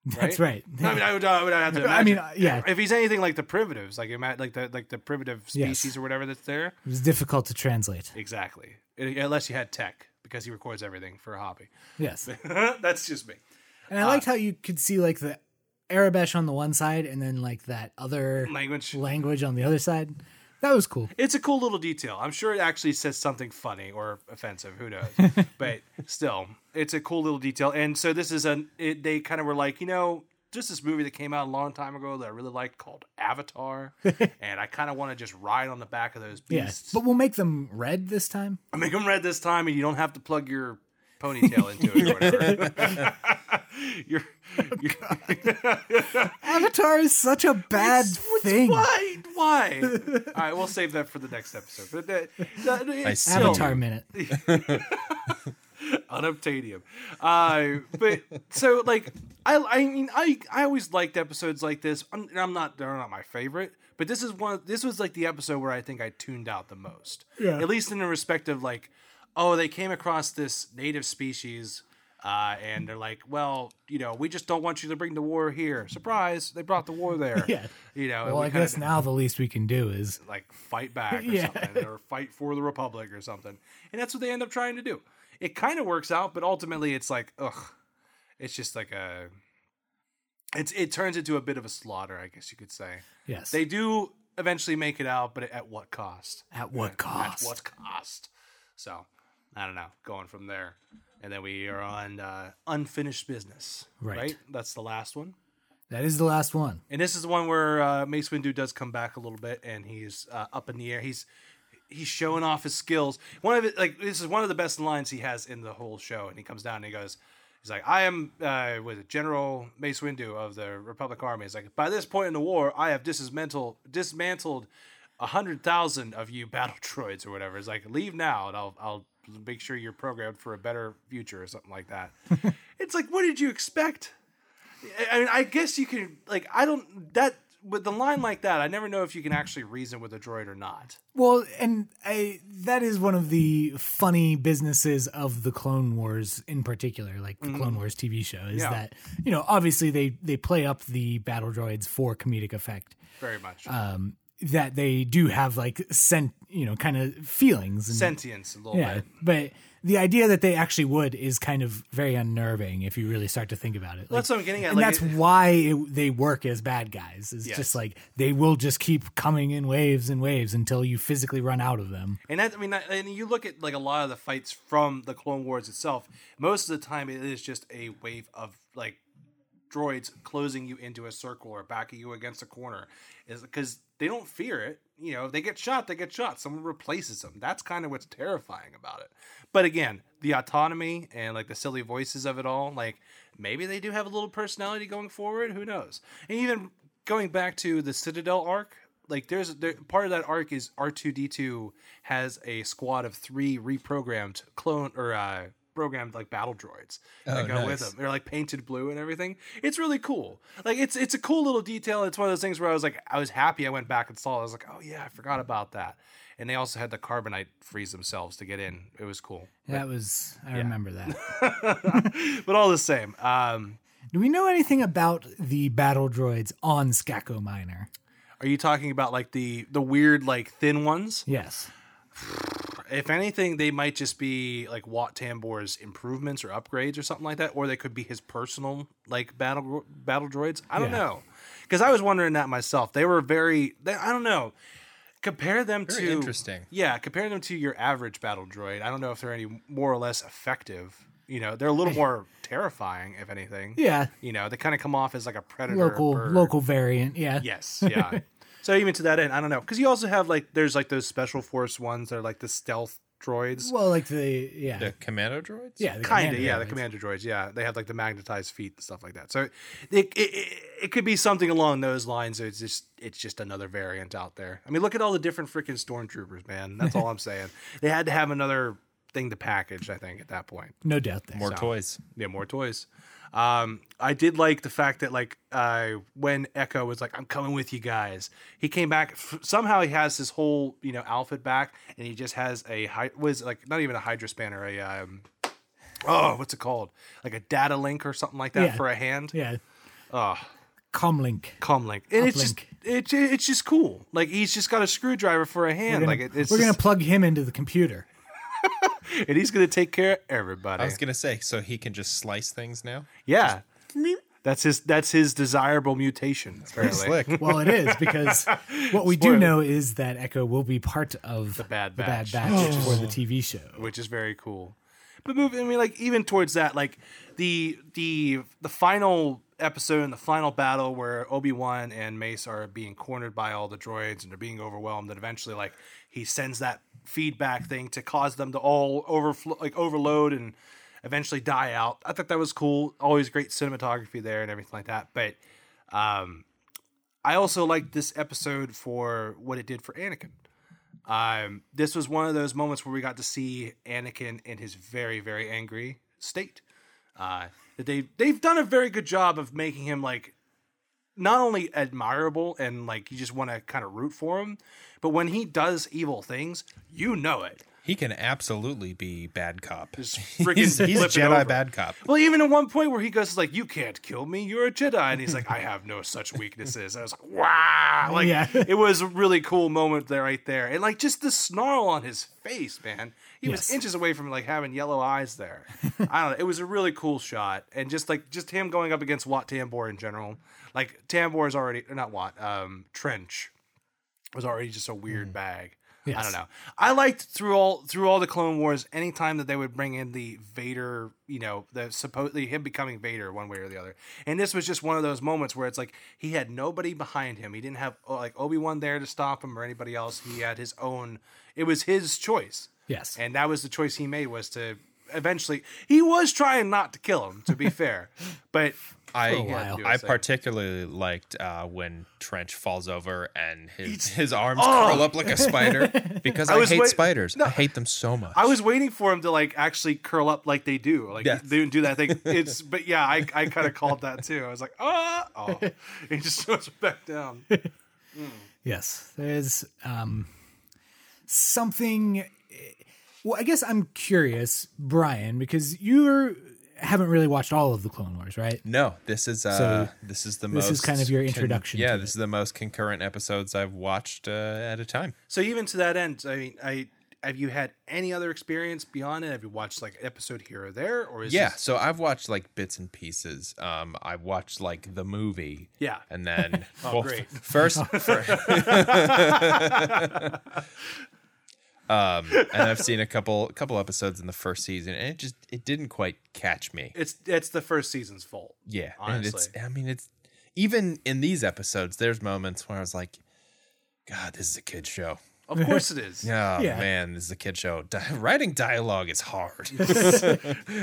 Speaker 2: That's right.
Speaker 1: I mean, I would, I would have to.
Speaker 2: I
Speaker 1: imagine.
Speaker 2: mean, uh, yeah.
Speaker 1: If he's anything like the primitives, like ima- like the like the primitive
Speaker 2: Yes.
Speaker 1: species or whatever that's there,
Speaker 2: It was difficult to translate.
Speaker 1: exactly. Unless you had tech, because he records everything for a hobby.
Speaker 2: Yes.
Speaker 1: That's just me.
Speaker 2: And I liked how you could see like the Arabesh on the one side and then like that other
Speaker 1: Language.
Speaker 2: language on the other side. That was cool.
Speaker 1: It's a cool little detail. I'm sure it actually says something funny or offensive. Who knows? but still, it's a cool little detail. And so this is an. It, they kind of were like, you know, just this movie that came out a long time ago that I really liked called Avatar, and I kind of want to just ride on the back of those
Speaker 2: Yes.
Speaker 1: beasts.
Speaker 2: But we'll make them red this time.
Speaker 1: I make them red this time, and you don't have to plug your ponytail into it or whatever. you're, you're
Speaker 2: Avatar is such a bad thing.
Speaker 1: Why? Why? All right, we'll save that for the next episode. But that, that- it's
Speaker 3: see.
Speaker 1: still-
Speaker 2: Avatar minute.
Speaker 1: unobtainium. Uh, but so like I I mean I I always liked episodes like this. I'm, and I'm not they're not my favorite, but this is one. This was like the episode where I think I tuned out the most.
Speaker 2: Yeah.
Speaker 1: At least in the respect of like, oh, they came across this native species. Uh, and they're like, well, you know, we just don't want you to bring the war here. Surprise! They brought the war there.
Speaker 2: Yeah.
Speaker 1: You know. and
Speaker 2: Well,
Speaker 1: we
Speaker 2: I
Speaker 1: kinda-
Speaker 2: guess now the least we can do is
Speaker 1: like fight back or
Speaker 2: Yeah.
Speaker 1: something or fight for the republic or something and that's what they end up trying to do it kind of works out but ultimately it's like ugh it's just like a it's it turns into a bit of a slaughter i guess you could say
Speaker 2: yes.
Speaker 1: they do eventually make it out but at what cost
Speaker 2: at what
Speaker 1: at
Speaker 2: cost?
Speaker 1: what cost so i don't know going from there and then we are on uh, unfinished business
Speaker 2: Right.
Speaker 1: that's the last one
Speaker 2: That is the last one.
Speaker 1: and this is the one where uh, Mace Windu does come back a little bit, and he's uh, up in the air. He's he's showing off his skills. One of it, like this is one of the best lines he has in the whole show. And he comes down and he goes, he's like, "I am uh, with it, General Mace Windu of the Republic Army." He's like, "By this point in the war, I have dismantled dismantled a hundred thousand of you battle droids or whatever." It's like, "Leave now, and I'll I'll make sure you're programmed for a better future or something like that." it's like, what did you expect? I mean, I guess you can like I don't that with the line like that. I never know if you can actually reason with a droid or not.
Speaker 2: Well, and I, that is one of the funny businesses of the Clone Wars in particular, like the Clone Wars TV show,
Speaker 1: Mm-hmm.
Speaker 2: is
Speaker 1: Yeah.
Speaker 2: that, you know, obviously they, they play up the battle droids for comedic effect.
Speaker 1: Very much
Speaker 2: Um, that they do have like sent, you know, kind of feelings. And,
Speaker 1: sentience a little
Speaker 2: yeah.
Speaker 1: bit.
Speaker 2: But the idea that they actually would is kind of very unnerving if you really start to think about it. Like,
Speaker 1: That's what I'm getting at.
Speaker 2: and
Speaker 1: Like,
Speaker 2: that's
Speaker 1: it-
Speaker 2: why it, they work as bad guys. It's
Speaker 1: Yes.
Speaker 2: just like they will just keep coming in waves and waves until you physically run out of them.
Speaker 1: and that, I mean, that- and you look at like a lot of the fights from the Clone Wars itself. Most of the time, it is just a wave of like droids closing you into a circle or backing you against a corner, is because they don't fear it. You know, if they get shot, they get shot. Someone replaces them. That's kind of what's terrifying about it. But again, the autonomy and like the silly voices of it all, like maybe they do have a little personality going forward. Who knows? And even going back to the Citadel arc, like there's there, part of that arc is R two D two has a squad of three reprogrammed clone or uh, programmed like battle droids that go with
Speaker 3: nice.
Speaker 1: them. They're like painted blue and everything. It's really cool. Like it's it's a cool little detail. It's one of those things where I was like I was happy I went back and saw. it. I was like oh yeah I forgot about that. And they also had the carbonite freeze themselves to get in. It was cool.
Speaker 2: That was I remember that.
Speaker 1: But all the same, um,
Speaker 2: Do we know anything about the battle droids on Skako Minor?
Speaker 1: are you talking about like the the weird like thin ones?
Speaker 2: Yes.
Speaker 1: If anything, they might just be like Wat Tambor's improvements or upgrades or something like that, or they could be his personal like battle battle droids. I don't
Speaker 2: Yeah.
Speaker 1: know, because I was wondering that myself. They were very. They, I don't know. Compare them
Speaker 3: Very
Speaker 1: to
Speaker 3: interesting.
Speaker 1: Yeah, compare them to your average battle droid. I don't know if they're any more or less effective. You know, they're a little more terrifying, if anything.
Speaker 2: Yeah.
Speaker 1: You know, they kind of come off as like a predator.
Speaker 2: Local
Speaker 1: bird.
Speaker 2: local variant. Yeah.
Speaker 1: Yes, yeah. so even to that end, I don't know, because you also have like there's like those special force ones that are like the stealth droids.
Speaker 2: Well, like the yeah.
Speaker 3: The commando droids?
Speaker 2: yeah, the
Speaker 1: kind of
Speaker 2: commander
Speaker 1: yeah the
Speaker 2: droids.
Speaker 1: commander droids yeah they have like the magnetized feet and stuff like that so it, it, it, it could be something along those lines it's just it's just another variant out there i mean look at all the different freaking stormtroopers man that's all i'm saying they had to have another thing to package i think at that point
Speaker 2: No doubt there.
Speaker 3: More toys.
Speaker 1: yeah more toys um i did like the fact that like uh when echo was like i'm coming with you guys he came back f- somehow he has his whole you know outfit back and he just has a hy- was like not even a hydra spanner a um oh what's it called like a data link or something like that
Speaker 2: Yeah.
Speaker 1: for a hand
Speaker 2: Yeah.
Speaker 1: Ah.
Speaker 2: Oh. Comlink.
Speaker 1: comlink and it's just
Speaker 2: Uplink.
Speaker 1: it's it's just cool like he's just got a screwdriver for a hand
Speaker 2: We're
Speaker 1: like
Speaker 2: gonna-
Speaker 1: it, it's
Speaker 2: we're
Speaker 1: just-
Speaker 2: gonna plug him into the computer.
Speaker 1: and he's gonna take care of everybody.
Speaker 3: I was gonna say, so he can just slice things now.
Speaker 1: yeah, that's his that's his desirable mutation.
Speaker 3: Pretty
Speaker 1: apparently.
Speaker 3: slick.
Speaker 2: Well, it is because what we do
Speaker 1: Spoiler.
Speaker 2: know is that Echo will be part of the
Speaker 1: Bad Batch.
Speaker 2: for the TV show.
Speaker 1: which is very cool. But moving, I mean, like even towards that, like the the the final episode and the final battle where Obi Wan and Mace are being cornered by all the droids and they're being overwhelmed, and eventually, like he sends that feedback thing to cause them to all overflow, like overload, and eventually die out. I thought that was cool. Always great cinematography there and everything like that. But um, I also liked this episode for what it did for Anakin. Um, this was one of those moments where we got to see Anakin in his very, very angry state. Uh, that they they've done a very good job of making him like not only admirable and like you just want to kind of root for him, but when he does evil things, you know it.
Speaker 3: He can absolutely be bad cop.
Speaker 1: Just freaking
Speaker 3: He's, he's
Speaker 1: flip it
Speaker 3: Jedi
Speaker 1: over.
Speaker 3: bad cop.
Speaker 1: Well, even at one point where he goes like, "You can't kill me. You're a Jedi," and he's like, "I have no such weaknesses." And I was like, "Wow!" Like
Speaker 2: Yeah.
Speaker 1: it was a really cool moment there, right there, and like just the snarl on his face, man. He
Speaker 2: Yes.
Speaker 1: was inches away from like having yellow eyes there. I don't know. It was a really cool shot, and just like just him going up against Wat Tambor in general. Like Tambor is already not Wat, um, Trench was already just a weird bag. I
Speaker 2: Mm. Yes.
Speaker 1: don't know. I liked through all through all the Clone Wars, anytime that they would bring in the Vader, you know, the supposedly him becoming Vader one way or the other. And this was just one of those moments where it's like he had nobody behind him. He didn't have oh, like Obi Wan there to stop him or anybody else. He had his own. It was his choice,
Speaker 2: Yes.
Speaker 1: and that was the choice he made was to eventually. He was trying not to kill him, to be fair, but
Speaker 3: I
Speaker 1: while.
Speaker 3: I particularly liked uh, when Trench falls over and his, his arms
Speaker 1: Oh.
Speaker 3: curl up like a spider because I,
Speaker 1: was
Speaker 3: hate
Speaker 1: wait-
Speaker 3: spiders. I hate them so much.
Speaker 1: I was waiting for him to like actually curl up like they do, like
Speaker 3: Yes.
Speaker 1: they do that thing. It's but yeah, I, I kind of called that too. I was like, ah, oh, and he just goes back down.
Speaker 2: Yes, there's um, something. Well, I guess I'm curious, Brian, because you haven't really watched all of the Clone Wars, right?
Speaker 3: no, this is uh,
Speaker 2: So,
Speaker 3: this is the most.
Speaker 2: this is kind of your
Speaker 3: con-
Speaker 2: introduction
Speaker 3: yeah,
Speaker 2: to
Speaker 3: this is the most concurrent episodes I've watched uh, at a time.
Speaker 1: So even to that end, I mean, I have you had any other experience beyond it? Have you watched like an episode here or there, or is
Speaker 3: Yeah,
Speaker 1: this-
Speaker 3: so I've watched like bits and pieces. Um, I watched like the movie.
Speaker 1: Yeah.
Speaker 3: and then
Speaker 1: Oh,
Speaker 3: well,
Speaker 1: great.
Speaker 3: f- first, fir- um, and I've seen a couple couple episodes in the first season, and it just it didn't quite catch me.
Speaker 1: it's it's the first season's fault.
Speaker 3: Yeah, and it's
Speaker 1: honestly.
Speaker 3: I mean it's even in these episodes, there's moments where I was like, God, this is a kid show.
Speaker 1: Of course it is.
Speaker 3: Oh
Speaker 2: Yeah.
Speaker 3: man, this is a kid show. Di- writing dialogue is hard,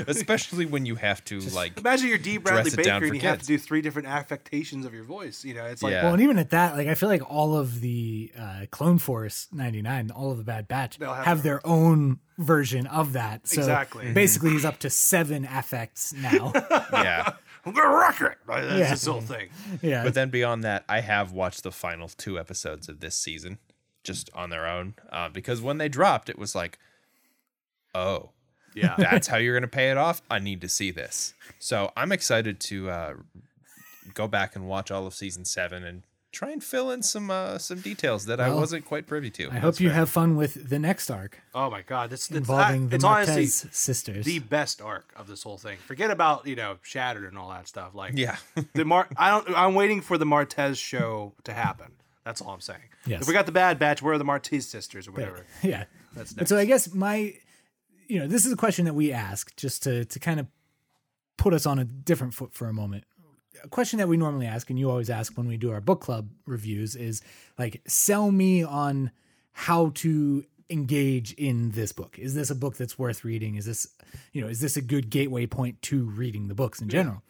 Speaker 3: especially when you have to like
Speaker 1: Imagine you're D. Bradley
Speaker 3: Dress it down
Speaker 1: Baker
Speaker 3: for
Speaker 1: and you have to
Speaker 3: kids.
Speaker 1: do three different affectations of your voice. You know, it's like
Speaker 3: Yeah.
Speaker 2: Well, and even at that, like I feel like all of the uh, Clone Force '99, all of the Bad Batch
Speaker 1: They'll
Speaker 2: have,
Speaker 1: have
Speaker 2: their own version of that. So
Speaker 1: Exactly. Mhm.
Speaker 2: Basically, he's up to seven affects now.
Speaker 3: yeah.
Speaker 1: I'm gonna rock it. Like, That's
Speaker 2: Yeah.
Speaker 1: this whole thing.
Speaker 2: yeah,
Speaker 3: But then beyond that, I have watched the final two episodes of this season just on their own uh, because when they dropped, it was like, oh,
Speaker 1: Yeah.
Speaker 3: that's how you're going to pay it off. I need to see this. So I'm excited to uh, go back and watch all of season seven and try and fill in some uh, some details that I
Speaker 2: Well,
Speaker 3: wasn't quite privy to.
Speaker 2: I hope you have fun with the next arc
Speaker 1: Oh my god, this it's,
Speaker 2: involving the
Speaker 1: it's
Speaker 2: Marquez
Speaker 1: honestly
Speaker 2: sisters.
Speaker 1: the best arc of this whole thing. Forget about you know Shattered and all that stuff. Like
Speaker 3: Yeah.
Speaker 1: the Mar. I don't. I'm waiting for the Martez show to happen. That's all I'm saying.
Speaker 2: Yes.
Speaker 1: If we got the Bad Batch, where are the Martez sisters or whatever?
Speaker 2: yeah. That's so I guess my, you know, this is a question that we ask just to to kind of put us on a different foot for a moment. A question that we normally ask, and you always ask when we do our book club reviews, is like, sell me on how to engage in this book. Is this a book that's worth reading? Is this, you know, is this a good gateway point to reading the books in general?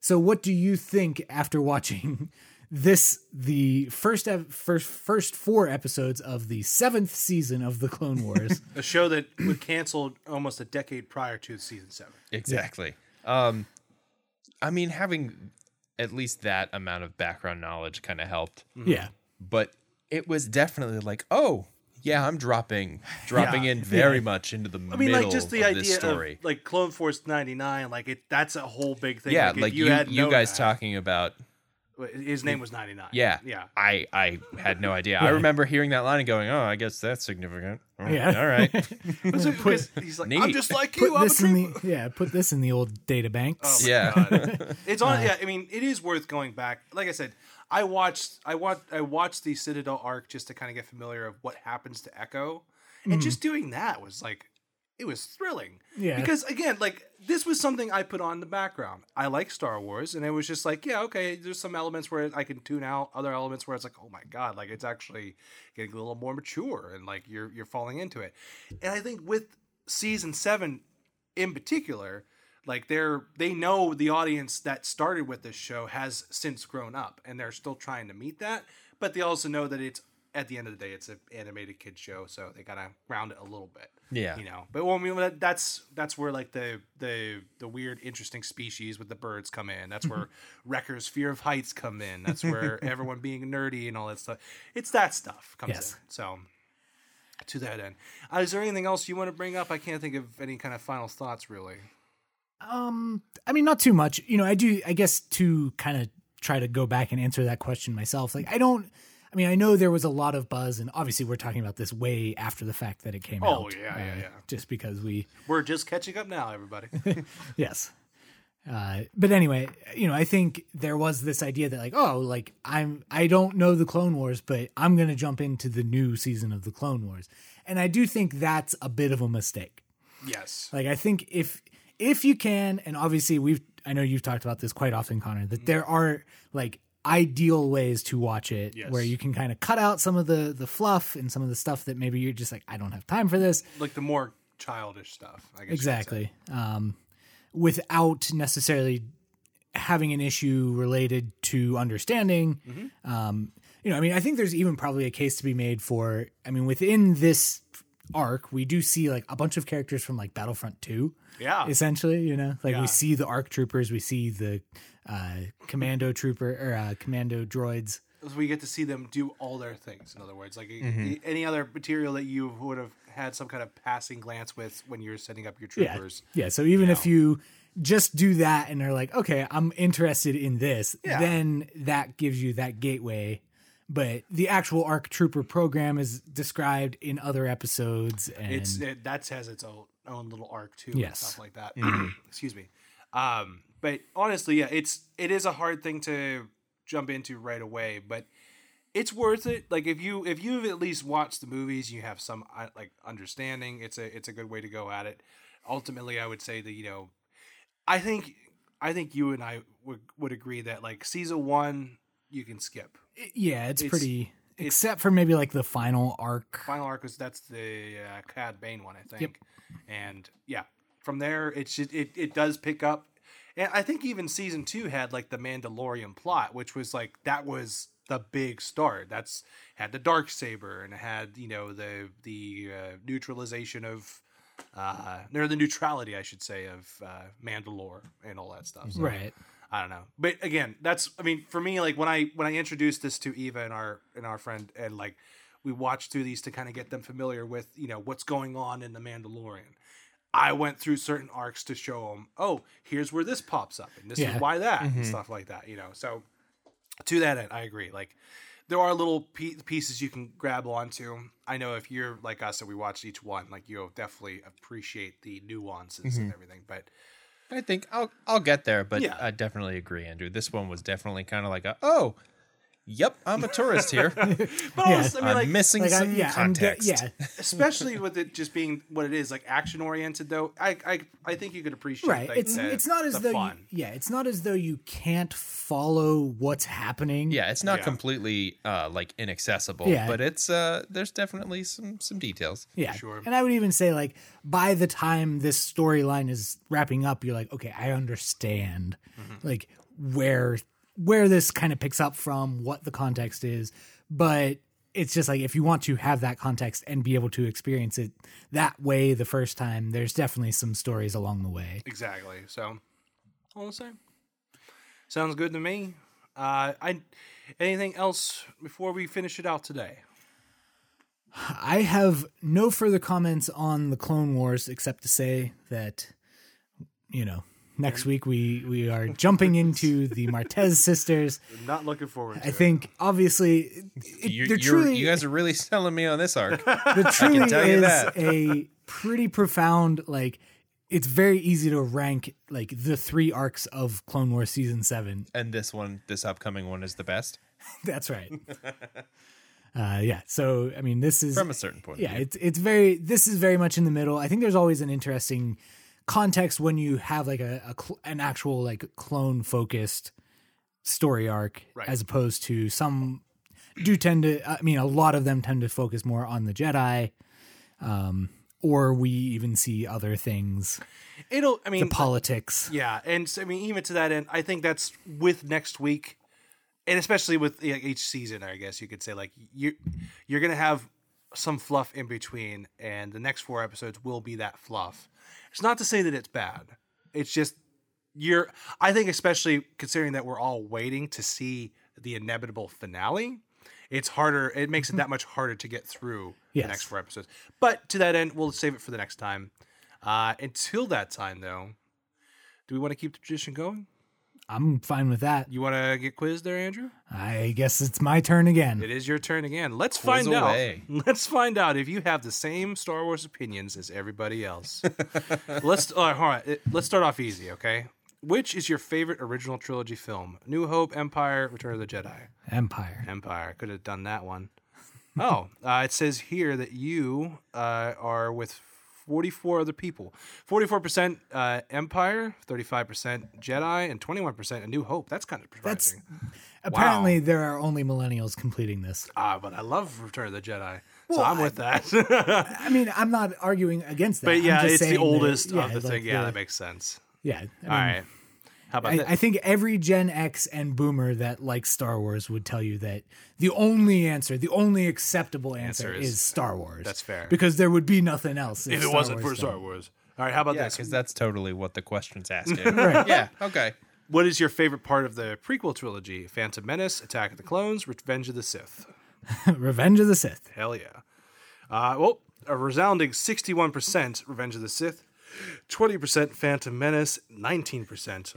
Speaker 2: So, what do you think after watching this, the first ev- first first four episodes of the seventh season of the Clone Wars?
Speaker 1: A show that was canceled almost a decade prior to season seven.
Speaker 3: Exactly. Um, I mean, having at least that amount of background knowledge kind of helped.
Speaker 2: yeah,
Speaker 3: but it was definitely like, oh, yeah, I'm dropping, dropping in very much into the
Speaker 1: I mean,
Speaker 3: middle
Speaker 1: like just the
Speaker 3: of
Speaker 1: idea
Speaker 3: this story.
Speaker 1: of like Clone Force '99. Like it, that's a whole big thing.
Speaker 3: yeah,
Speaker 1: if
Speaker 3: like you,
Speaker 1: had
Speaker 3: you
Speaker 1: known
Speaker 3: guys
Speaker 1: that-
Speaker 3: talking about
Speaker 1: His name was 99.
Speaker 3: Yeah.
Speaker 1: Yeah.
Speaker 3: I I had no idea. I remember hearing that line and going, "Oh, I guess that's significant." Oh,
Speaker 2: Yeah.
Speaker 3: All right.
Speaker 1: Because he's like, I'm
Speaker 3: Neat.
Speaker 1: just like you. I'm
Speaker 2: Put
Speaker 1: a Oh.
Speaker 2: this in
Speaker 1: trooper."
Speaker 2: the yeah. Put this in the old data banks.
Speaker 1: my
Speaker 3: Yeah.
Speaker 1: God. it's on. yeah, I mean, it is worth going back. Like I said, I watched, I watched, I watched the Citadel arc just to kind of get familiar of what happens to Echo, and just doing that was like, it was thrilling.
Speaker 2: Yeah.
Speaker 1: Because again, like this was something I put on the background. I like Star Wars, and it was just like, yeah, okay. There's some elements where I can tune out, other elements where it's like, oh my god, like it's actually getting a little more mature, and like you're you're falling into it. And I think with season seven in particular like they're they know the audience that started with this show has since grown up and they're still trying to meet that but they also know that it's at the end of the day it's an animated kid show so they gotta round it a little bit
Speaker 3: Yeah.
Speaker 1: you know but well, I mean, that, that's that's where like the the the weird interesting species with the birds come in that's where wreckers fear of heights come in that's where everyone being nerdy and all that stuff it's that stuff comes
Speaker 2: Yes.
Speaker 1: in so to that end uh, is there anything else you want to bring up i can't think of any kind of final thoughts really
Speaker 2: Um, I mean, not too much. You know, I do. I guess to kind of try to go back and answer that question myself. Like, I don't. I mean, I know there was a lot of buzz, and obviously, we're talking about this way after the fact that it came out. uh,
Speaker 1: Oh, yeah, yeah, yeah.
Speaker 2: Just because we
Speaker 1: We're just catching up now, everybody.
Speaker 2: Yes. Uh, but anyway, you know, I think there was this idea that like, oh, like I'm I don't know the Clone Wars, but I'm gonna jump into the new season of the Clone Wars, and I do think that's a bit of a mistake.
Speaker 1: yes.
Speaker 2: Like I think if if you can, and obviously we've I know you've talked about this quite often, Connor, that there are like ideal ways to watch it
Speaker 1: Yes.
Speaker 2: where you can kind of cut out some of the the fluff and some of the stuff that maybe you're just like I don't have time for this
Speaker 1: Like the more childish stuff, I guess. you could say.
Speaker 2: exactly um, without necessarily having an issue related to understanding
Speaker 1: Mm-hmm.
Speaker 2: um, you know i mean i think there's even probably a case to be made for i mean within this arc we do see like a bunch of characters from like battlefront 2
Speaker 1: Yeah.
Speaker 2: essentially you know like
Speaker 1: Yeah.
Speaker 2: we see the arc troopers we see the uh, commando trooper or uh, commando droids
Speaker 1: we get to see them do all their things. In other words, like any other material that you would have had some kind of passing glance with when you're setting up your
Speaker 2: yeah
Speaker 1: troopers.
Speaker 2: yeah so even if you just do that and are like okay i'm interested in this
Speaker 1: Yeah.
Speaker 2: then that gives you that gateway but the actual arc trooper program is described in other episodes and
Speaker 1: It's uh, it, that has its own own little arc too. and
Speaker 2: Yes. Mm-hmm.
Speaker 1: stuff like that. Excuse me. Um, but honestly, yeah, it's it is a hard thing to jump into right away, but it's worth it. Like if you if you've at least watched the movies, you have some uh, like understanding. It's a it's a good way to go at it. Ultimately, I would say that you know, I think I think you and I would would agree that like season one you can skip.
Speaker 2: yeah it's,
Speaker 1: it's-
Speaker 2: pretty except for maybe like the final arc
Speaker 1: Final arc was that's the uh, Cad Bane one, I think. And yeah, from there it should it it does pick up. And I think even season two had like the Mandalorian plot, which was like that was the big start. That's had the dark saber and had you know the the uh, neutralization of. Uh, or the neutrality, I should say, of uh, Mandalore and all that stuff. So-
Speaker 2: right
Speaker 1: I don't know. But again, that's I mean, for me, like when I when I introduced this to Eva and our and our friend and like we watched through these to kind of get them familiar with, you know, what's going on in the Mandalorian. I went through certain arcs to show them, oh, here's where this pops up and this
Speaker 2: Yeah. Mm-hmm.
Speaker 1: is why that and stuff like that, you know. So to that end, I agree. Like there are little pe- pieces you can grab onto. I know if you're like us and we watched each one, like you'll definitely appreciate the nuances
Speaker 2: Mm-hmm.
Speaker 1: and everything. But
Speaker 3: I think I'll I'll get there, but
Speaker 1: Yeah.
Speaker 3: I definitely agree, Andrew. This one was definitely kind of like a oh, yep, I'm a tourist here.
Speaker 1: but
Speaker 2: Yeah.
Speaker 1: also, I mean,
Speaker 3: I'm
Speaker 1: like
Speaker 3: missing
Speaker 2: like
Speaker 3: some
Speaker 2: I'm, yeah, I'm de-
Speaker 3: context.
Speaker 2: yeah
Speaker 1: especially with it just being what it is, like action oriented. Though I, I, I think you could appreciate.
Speaker 2: right
Speaker 1: like,
Speaker 2: it's
Speaker 1: the-
Speaker 2: it's not as
Speaker 1: the
Speaker 2: though you-
Speaker 1: fun.
Speaker 2: yeah it's not as though you can't follow what's happening
Speaker 3: Yeah, it's not
Speaker 1: Yeah.
Speaker 3: completely uh like inaccessible,
Speaker 2: Yeah.
Speaker 3: but it's uh there's definitely some some details.
Speaker 2: Yeah.
Speaker 1: Sure.
Speaker 2: And I would even say like by the time this storyline is wrapping up, you're like, okay, I understand like where where this kind of picks up from, what the context is. But it's just like if you want to have that context and be able to experience it that way the first time, there's definitely some stories along the way.
Speaker 1: exactly. So all the same, sounds good to me. Uh, I anything else before we finish it out today?
Speaker 2: I have no further comments on the Clone Wars except to say that, you know, next week we we are jumping into the Martez sisters.
Speaker 1: I'm not looking forward to
Speaker 2: I
Speaker 1: it.
Speaker 2: think obviously it,
Speaker 3: You,
Speaker 2: they're
Speaker 3: you're-
Speaker 2: truly
Speaker 3: you guys are really selling me on this arc.
Speaker 2: the truly
Speaker 3: tell you
Speaker 2: is
Speaker 3: that.
Speaker 2: a pretty profound like it's very easy to rank like the three arcs of Clone Wars season seven.
Speaker 3: and this one, this upcoming one, is the best
Speaker 2: That's right. uh, yeah. So I mean, this is
Speaker 3: from a certain point.
Speaker 2: yeah
Speaker 3: of view.
Speaker 2: it's it's very this is very much in the middle i think there's always an interesting context when you have like a, a cl- an actual like clone focused story arc
Speaker 1: Right.
Speaker 2: as opposed to some do tend to i mean a lot of them tend to focus more on the jedi um or we even see other things
Speaker 1: It'll. I mean,
Speaker 2: politics
Speaker 1: Yeah, and so, I mean, even to that end, I think that's with next week, and especially with yeah, each season, I guess you could say like you you're gonna have some fluff in between, and the next four episodes will be that fluff. It's not to say that it's bad. It's just you're. I think especially considering that we're all waiting to see the inevitable finale. It's harder. It makes it that much harder to get through
Speaker 2: Yes.
Speaker 1: the next four episodes. But to that end, we'll save it for the next time. Uh, until that time, though, do we want to keep the tradition going?
Speaker 2: i'm fine with that
Speaker 1: You want to get quizzed there, Andrew?
Speaker 2: i guess it's my turn again
Speaker 1: It is your turn again. Let's
Speaker 3: Quiz
Speaker 1: find
Speaker 3: away.
Speaker 1: out. Let's find out if you have the same Star Wars opinions as everybody else. let's all right, all right, it- Let's start off easy, okay? Which is your favorite original trilogy film? New Hope, Empire, Return of the Jedi.
Speaker 2: empire
Speaker 1: Empire. Could have done that one. Oh, uh, it says here that you uh, are with 44 other people. 44% uh, Empire, 35% Jedi, and 21% A New Hope. That's kind of
Speaker 2: that's
Speaker 1: surprising.
Speaker 2: apparently there are only millennials completing this
Speaker 1: Ah, but I love Return of the Jedi. so I'm with that.
Speaker 2: I mean, I'm not arguing against that.
Speaker 1: but
Speaker 2: I'm
Speaker 1: yeah,
Speaker 2: just
Speaker 1: it's
Speaker 2: saying
Speaker 1: the
Speaker 2: that-
Speaker 1: oldest
Speaker 2: yeah,
Speaker 1: of the
Speaker 2: like
Speaker 1: thing. Yeah,
Speaker 2: the-
Speaker 1: that makes sense. All
Speaker 2: yeah. I, mean,
Speaker 1: right. How about that?
Speaker 2: I, I think every Gen X and Boomer that likes Star Wars would tell you that the only answer, the only acceptable answer,
Speaker 1: Answer
Speaker 2: is,
Speaker 1: is-
Speaker 2: Star Wars.
Speaker 1: that's fair.
Speaker 2: because there would be nothing else if,
Speaker 1: if it
Speaker 2: Star
Speaker 1: wasn't
Speaker 2: Wars
Speaker 1: for Star
Speaker 2: done.
Speaker 1: Wars. All right, how about
Speaker 3: yeah,
Speaker 1: this?
Speaker 3: because that's totally what the question's asking. Yeah, okay.
Speaker 1: What is your favorite part of the prequel trilogy? Phantom Menace, Attack of the Clones, Revenge of the Sith.
Speaker 2: Revenge of the Sith.
Speaker 1: Hell yeah. Uh, well, a resounding 61% Revenge of the Sith, 20% Phantom Menace, 19%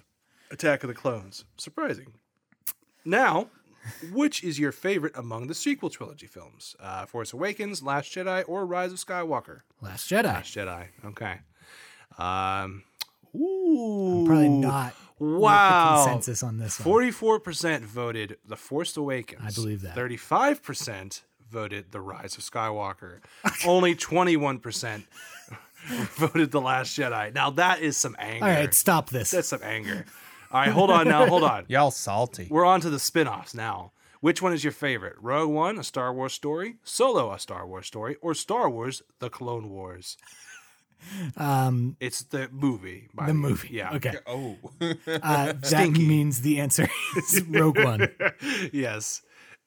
Speaker 1: Attack of the Clones. Surprising. Now, which is your favorite among the sequel trilogy films? Uh, Force Awakens, Last Jedi, or Rise of Skywalker?
Speaker 2: Last Jedi.
Speaker 1: Last Jedi. Okay. Um, ooh.
Speaker 2: Probably not.
Speaker 1: Wow.
Speaker 2: The consensus on this one.
Speaker 1: Forty-four percent voted The Force Awakens.
Speaker 2: I believe that.
Speaker 1: Thirty-five percent voted The Rise of Skywalker. Only twenty-one percent voted The Last Jedi. Now that is some anger.
Speaker 2: All right, stop this.
Speaker 1: That's some anger. All right, hold on now. Hold on.
Speaker 3: Y'all salty.
Speaker 1: We're on to the spin-offs now. Which one is your favorite? Rogue One, a Star Wars story, Solo, a Star Wars story, or Star Wars: The Clone Wars? Um, it's the movie. by
Speaker 2: the movie.
Speaker 1: Yeah.
Speaker 2: Okay.
Speaker 3: Oh,
Speaker 2: Uh, that means the answer is Rogue One.
Speaker 1: yes.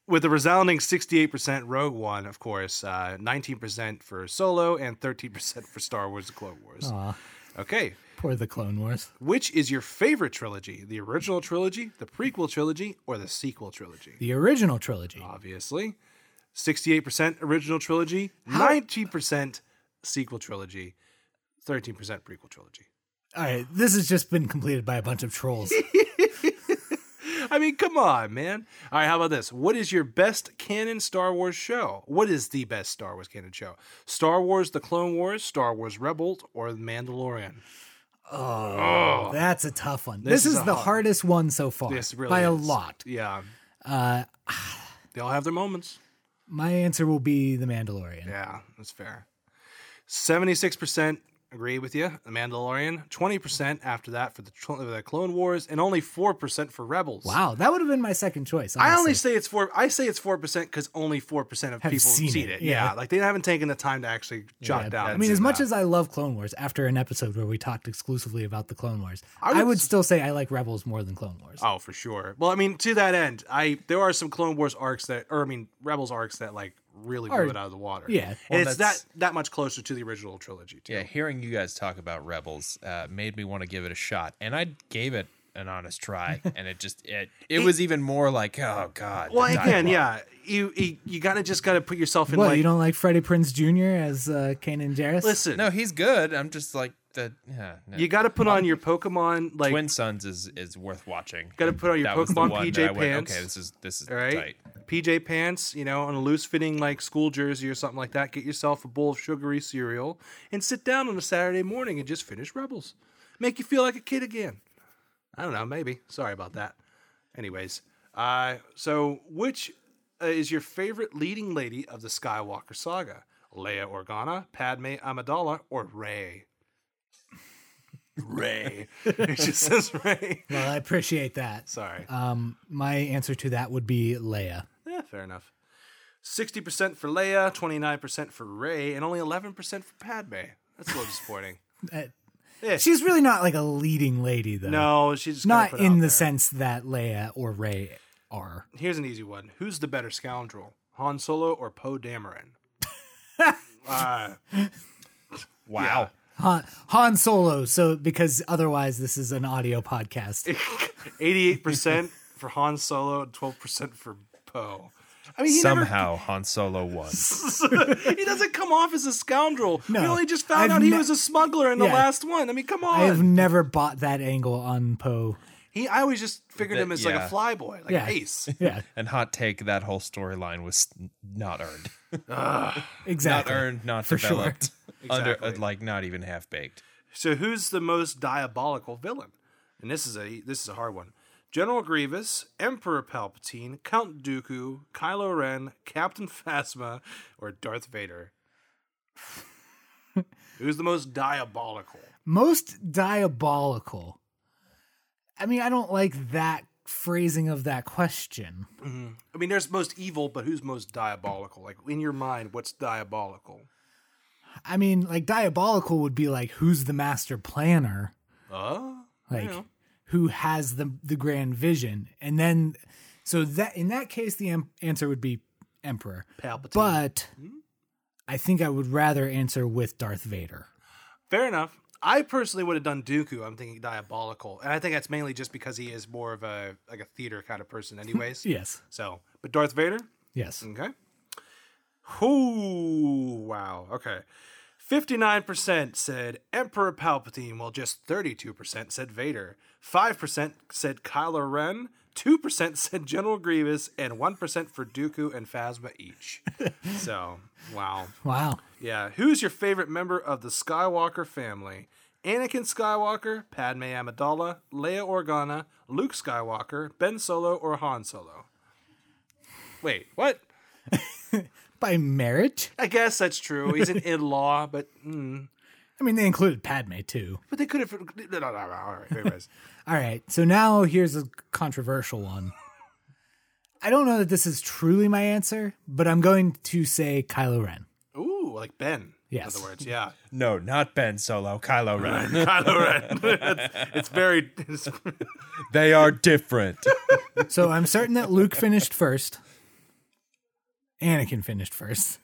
Speaker 1: With a resounding 68% Rogue One, of course, uh, 19% for Solo, and 13% for Star Wars The Clone Wars.
Speaker 2: Aw.
Speaker 1: Okay.
Speaker 2: Poor the Clone Wars.
Speaker 1: Which is your favorite trilogy? The original trilogy, the prequel trilogy, or the sequel trilogy?
Speaker 2: The original trilogy.
Speaker 1: Obviously. 68% original trilogy, 90% sequel trilogy, 13% prequel trilogy.
Speaker 2: All right, this has just been completed by a bunch of trolls.
Speaker 1: I mean, come on, man. All right, how about this? What is your best canon Star Wars show? What is the best Star Wars canon show? Star Wars: The Clone Wars, Star Wars Rebels, or The Mandalorian?
Speaker 2: Oh, That's a tough one. This,
Speaker 1: Oh. is
Speaker 2: is,
Speaker 1: a
Speaker 2: the
Speaker 1: hard-
Speaker 2: hardest one so far.
Speaker 1: This really
Speaker 2: by a
Speaker 1: is.
Speaker 2: lot. Uh,
Speaker 1: Yeah. they all have their moments.
Speaker 2: My answer will be The Mandalorian.
Speaker 1: Yeah, that's fair. Seventy-six percent agree with you. The Mandalorian. Twenty percent after that for the, tr- the Clone Wars, and only four percent for Rebels.
Speaker 2: Wow, that would have been my second choice.
Speaker 1: I
Speaker 2: honestly.
Speaker 1: only say it's four. I say it's four percent because only four percent of people
Speaker 2: seen
Speaker 1: seen,
Speaker 2: it,
Speaker 1: it.
Speaker 2: yeah.
Speaker 1: Yeah. like they haven't taken the time to actually jot
Speaker 2: Yeah,
Speaker 1: down.
Speaker 2: I mean, as much
Speaker 1: as
Speaker 2: as I love Clone Wars, after an episode where we talked exclusively about the Clone Wars, I
Speaker 1: would
Speaker 2: would,
Speaker 1: s-
Speaker 2: still say I like Rebels more than Clone Wars.
Speaker 1: Oh, for sure. Well, I mean, to that end, I there are some Clone Wars arcs that, or I mean, Rebels arcs that like really
Speaker 2: Are-
Speaker 1: blew it out of the water.
Speaker 2: yeah.
Speaker 1: And
Speaker 3: Well,
Speaker 1: it's
Speaker 3: that's-
Speaker 1: that that much closer to the original trilogy. Too.
Speaker 3: yeah. Hearing you guys talk about Rebels uh, made me want to give it a shot, and I gave it an honest try, and it just it it, was even more like oh god. the
Speaker 1: Well, again,
Speaker 3: dialogue.
Speaker 1: yeah, you you, you gotta just gotta put yourself in
Speaker 2: well,
Speaker 1: like.
Speaker 2: you don't like Freddie Prince Jr. as uh, Kanan Jarrus?
Speaker 1: listen,
Speaker 3: No, he's good. I'm just like the yeah, no.
Speaker 1: You got to put on your Pokemon like
Speaker 3: Twin Sons is is worth watching.
Speaker 1: Gotta put on your
Speaker 3: was the
Speaker 1: Pokemon
Speaker 3: one that
Speaker 1: PJ
Speaker 3: I went,
Speaker 1: pants.
Speaker 3: Okay, this is this is
Speaker 1: all right,
Speaker 3: tight.
Speaker 1: PJ pants, you know, on a loose fitting like school jersey or something like that. Get yourself a bowl of sugary cereal and sit down on a Saturday morning and just finish Rebels. Make you feel like a kid again. I don't know, maybe. Sorry about that. Anyways, uh, so which uh, is your favorite leading lady of the Skywalker saga? Leia Organa, Padme Amidala, or Rey? Rey. it just says Rey.
Speaker 2: Well, I appreciate that.
Speaker 1: Sorry.
Speaker 2: Um, my answer to that would be Leia.
Speaker 1: Yeah, fair enough. Sixty percent for Leia, twenty nine percent for Rey, and only eleven percent for Padme. That's a little disappointing.
Speaker 2: Uh,
Speaker 1: Eh.
Speaker 2: She's really not like a leading lady, though.
Speaker 1: no, she's just gonna
Speaker 2: not
Speaker 1: put it
Speaker 2: in
Speaker 1: out
Speaker 2: the
Speaker 1: there.
Speaker 2: sense that Leia or Ray are.
Speaker 1: Here's an easy one: Who's the better scoundrel, Han Solo or Poe Dameron? uh,
Speaker 3: Wow.
Speaker 2: Han, Han Solo. So because otherwise this is an audio podcast.
Speaker 1: Eighty-eight percent for Han Solo, twelve percent for Poe. I mean, he never-
Speaker 3: Somehow Han Solo won.
Speaker 1: he doesn't come off as a scoundrel.
Speaker 2: No,
Speaker 1: we only just found
Speaker 2: I've
Speaker 1: out he
Speaker 2: ne-
Speaker 1: was a smuggler in the
Speaker 2: Yeah.
Speaker 1: last one. I mean, come on.
Speaker 2: I have never bought that angle on Poe.
Speaker 1: he, I always just figured
Speaker 3: That-
Speaker 1: him as
Speaker 3: yeah.
Speaker 1: like a flyboy, like
Speaker 2: Yeah.
Speaker 1: Ace.
Speaker 2: Yeah,
Speaker 3: And hot take that whole storyline was not earned. Not
Speaker 2: exactly.
Speaker 3: earned, not
Speaker 2: For sure.
Speaker 3: developed. Under
Speaker 1: Exactly.
Speaker 3: uh, like not even half baked.
Speaker 1: So who's the most diabolical villain? And this is a this is a hard one. General Grievous, Emperor Palpatine, Count Dooku, Kylo Ren, Captain Phasma, or Darth Vader? Who's the most diabolical?
Speaker 2: Most diabolical. I mean, I don't like that phrasing of that question.
Speaker 1: I mean, there's most evil, but who's most diabolical? Like in your mind, what's diabolical?
Speaker 2: I mean, like diabolical would be like who's the master planner?
Speaker 1: Oh,
Speaker 2: like who has the the grand vision and then so that in that case the em- answer would be emperor
Speaker 1: Palpatine.
Speaker 2: but i think i would rather answer with darth vader
Speaker 1: Fair enough. I personally would have done Dooku. I'm thinking diabolical, and I think that's mainly just because he is more of a like a theater kind of person, anyways.
Speaker 2: yes
Speaker 1: So, but Darth Vader,
Speaker 2: yes
Speaker 1: Okay. Ooh, wow. Okay. 59% said Emperor Palpatine, while just 32% said Vader. 5% said Kylo Ren. 2% said General Grievous. And 1% for Dooku and Phasma each. so, wow.
Speaker 2: wow
Speaker 1: Yeah. Who's your favorite member of the Skywalker family? Anakin Skywalker, Padme Amidala, Leia Organa, Luke Skywalker, Ben Solo, or Han Solo? Wait, what?
Speaker 2: by marriage
Speaker 1: I guess that's true. He's an in-law, but mm,
Speaker 2: i mean they included padme too
Speaker 1: but they could have. No, no, no, no. All right, anyways.
Speaker 2: all right so now here's a controversial one i don't know that this is truly my answer but i'm going to say kylo ren
Speaker 1: Ooh, like Ben.
Speaker 2: Yes.
Speaker 1: In other words, yeah.
Speaker 3: No, not Ben Solo, Kylo Ren.
Speaker 1: Kylo Ren. it's, it's very. It's,
Speaker 3: they are different.
Speaker 2: so i'm certain that luke finished first anakin finished first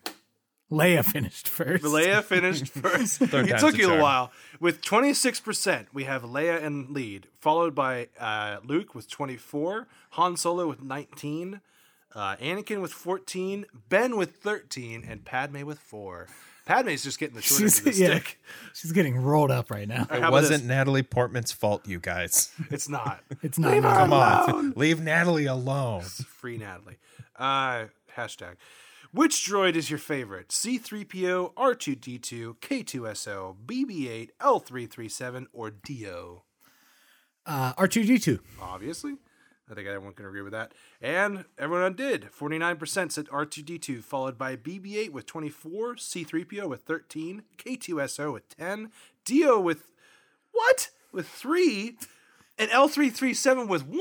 Speaker 2: leia finished first
Speaker 1: Leia finished first. it
Speaker 3: time's
Speaker 1: took
Speaker 3: the
Speaker 1: you a
Speaker 3: charm.
Speaker 1: while. With 26%, we have Leia in lead, followed by uh, Luke with 24, Han Solo with 19, uh, Anakin with 14, Ben with 13, and Padme with 4. Padme's just getting the short end of the
Speaker 2: yeah,
Speaker 1: stick.
Speaker 2: she's getting rolled up right now.
Speaker 1: How
Speaker 3: It
Speaker 1: about
Speaker 3: wasn't Natalie Portman's fault, you guys.
Speaker 1: this? It's not.
Speaker 2: It's not. me.
Speaker 3: Come on. Leave Natalie alone.
Speaker 1: Free Natalie. Uh, hashtag. Which droid is your favorite? C3PO, R2D2, K2SO, BB8, L337, or Dio?
Speaker 2: Uh, R2D2.
Speaker 1: Obviously. I think everyone can agree with that. And everyone did. 49% said R2D2, followed by BB8 with 24, C3PO with 13, K2SO with 10, Dio with what? With 3, and L337 with 1?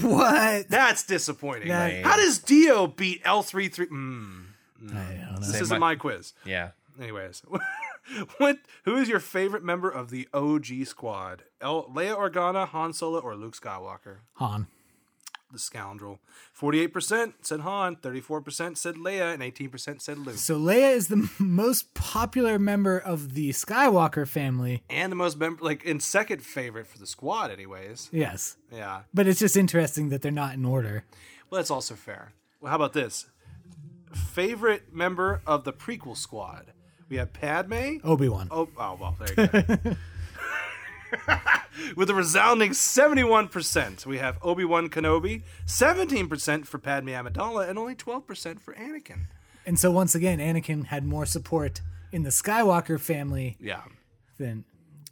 Speaker 2: What?
Speaker 1: That's disappointing.
Speaker 2: That-
Speaker 1: How does Dio beat L33? Mm,
Speaker 2: I don't know.
Speaker 1: this isn't
Speaker 3: might-
Speaker 1: my quiz.
Speaker 3: Yeah.
Speaker 1: Anyways, what? Who is your favorite member of the OG squad? El, Leia Organa, Han Solo, or Luke Skywalker?
Speaker 2: Han.
Speaker 1: The scoundrel. Forty-eight percent said Han. Thirty-four percent said Leia, and eighteen percent said Luke.
Speaker 2: So Leia is the most popular member of the Skywalker family.
Speaker 1: And the most mem- like in second favorite for the squad, anyways.
Speaker 2: Yes.
Speaker 1: Yeah.
Speaker 2: But it's just interesting that they're not in order.
Speaker 1: Well, that's also fair. Well, how about this? Favorite member of the prequel squad? We have Padme.
Speaker 2: Obi-Wan.
Speaker 1: Oh, oh well, there you go. With a resounding 71%, we have Obi Wan Kenobi, 17% for Padme Amidala, and only 12% for Anakin.
Speaker 2: And so once again, Anakin had more support in the Skywalker family
Speaker 1: Yeah.
Speaker 2: than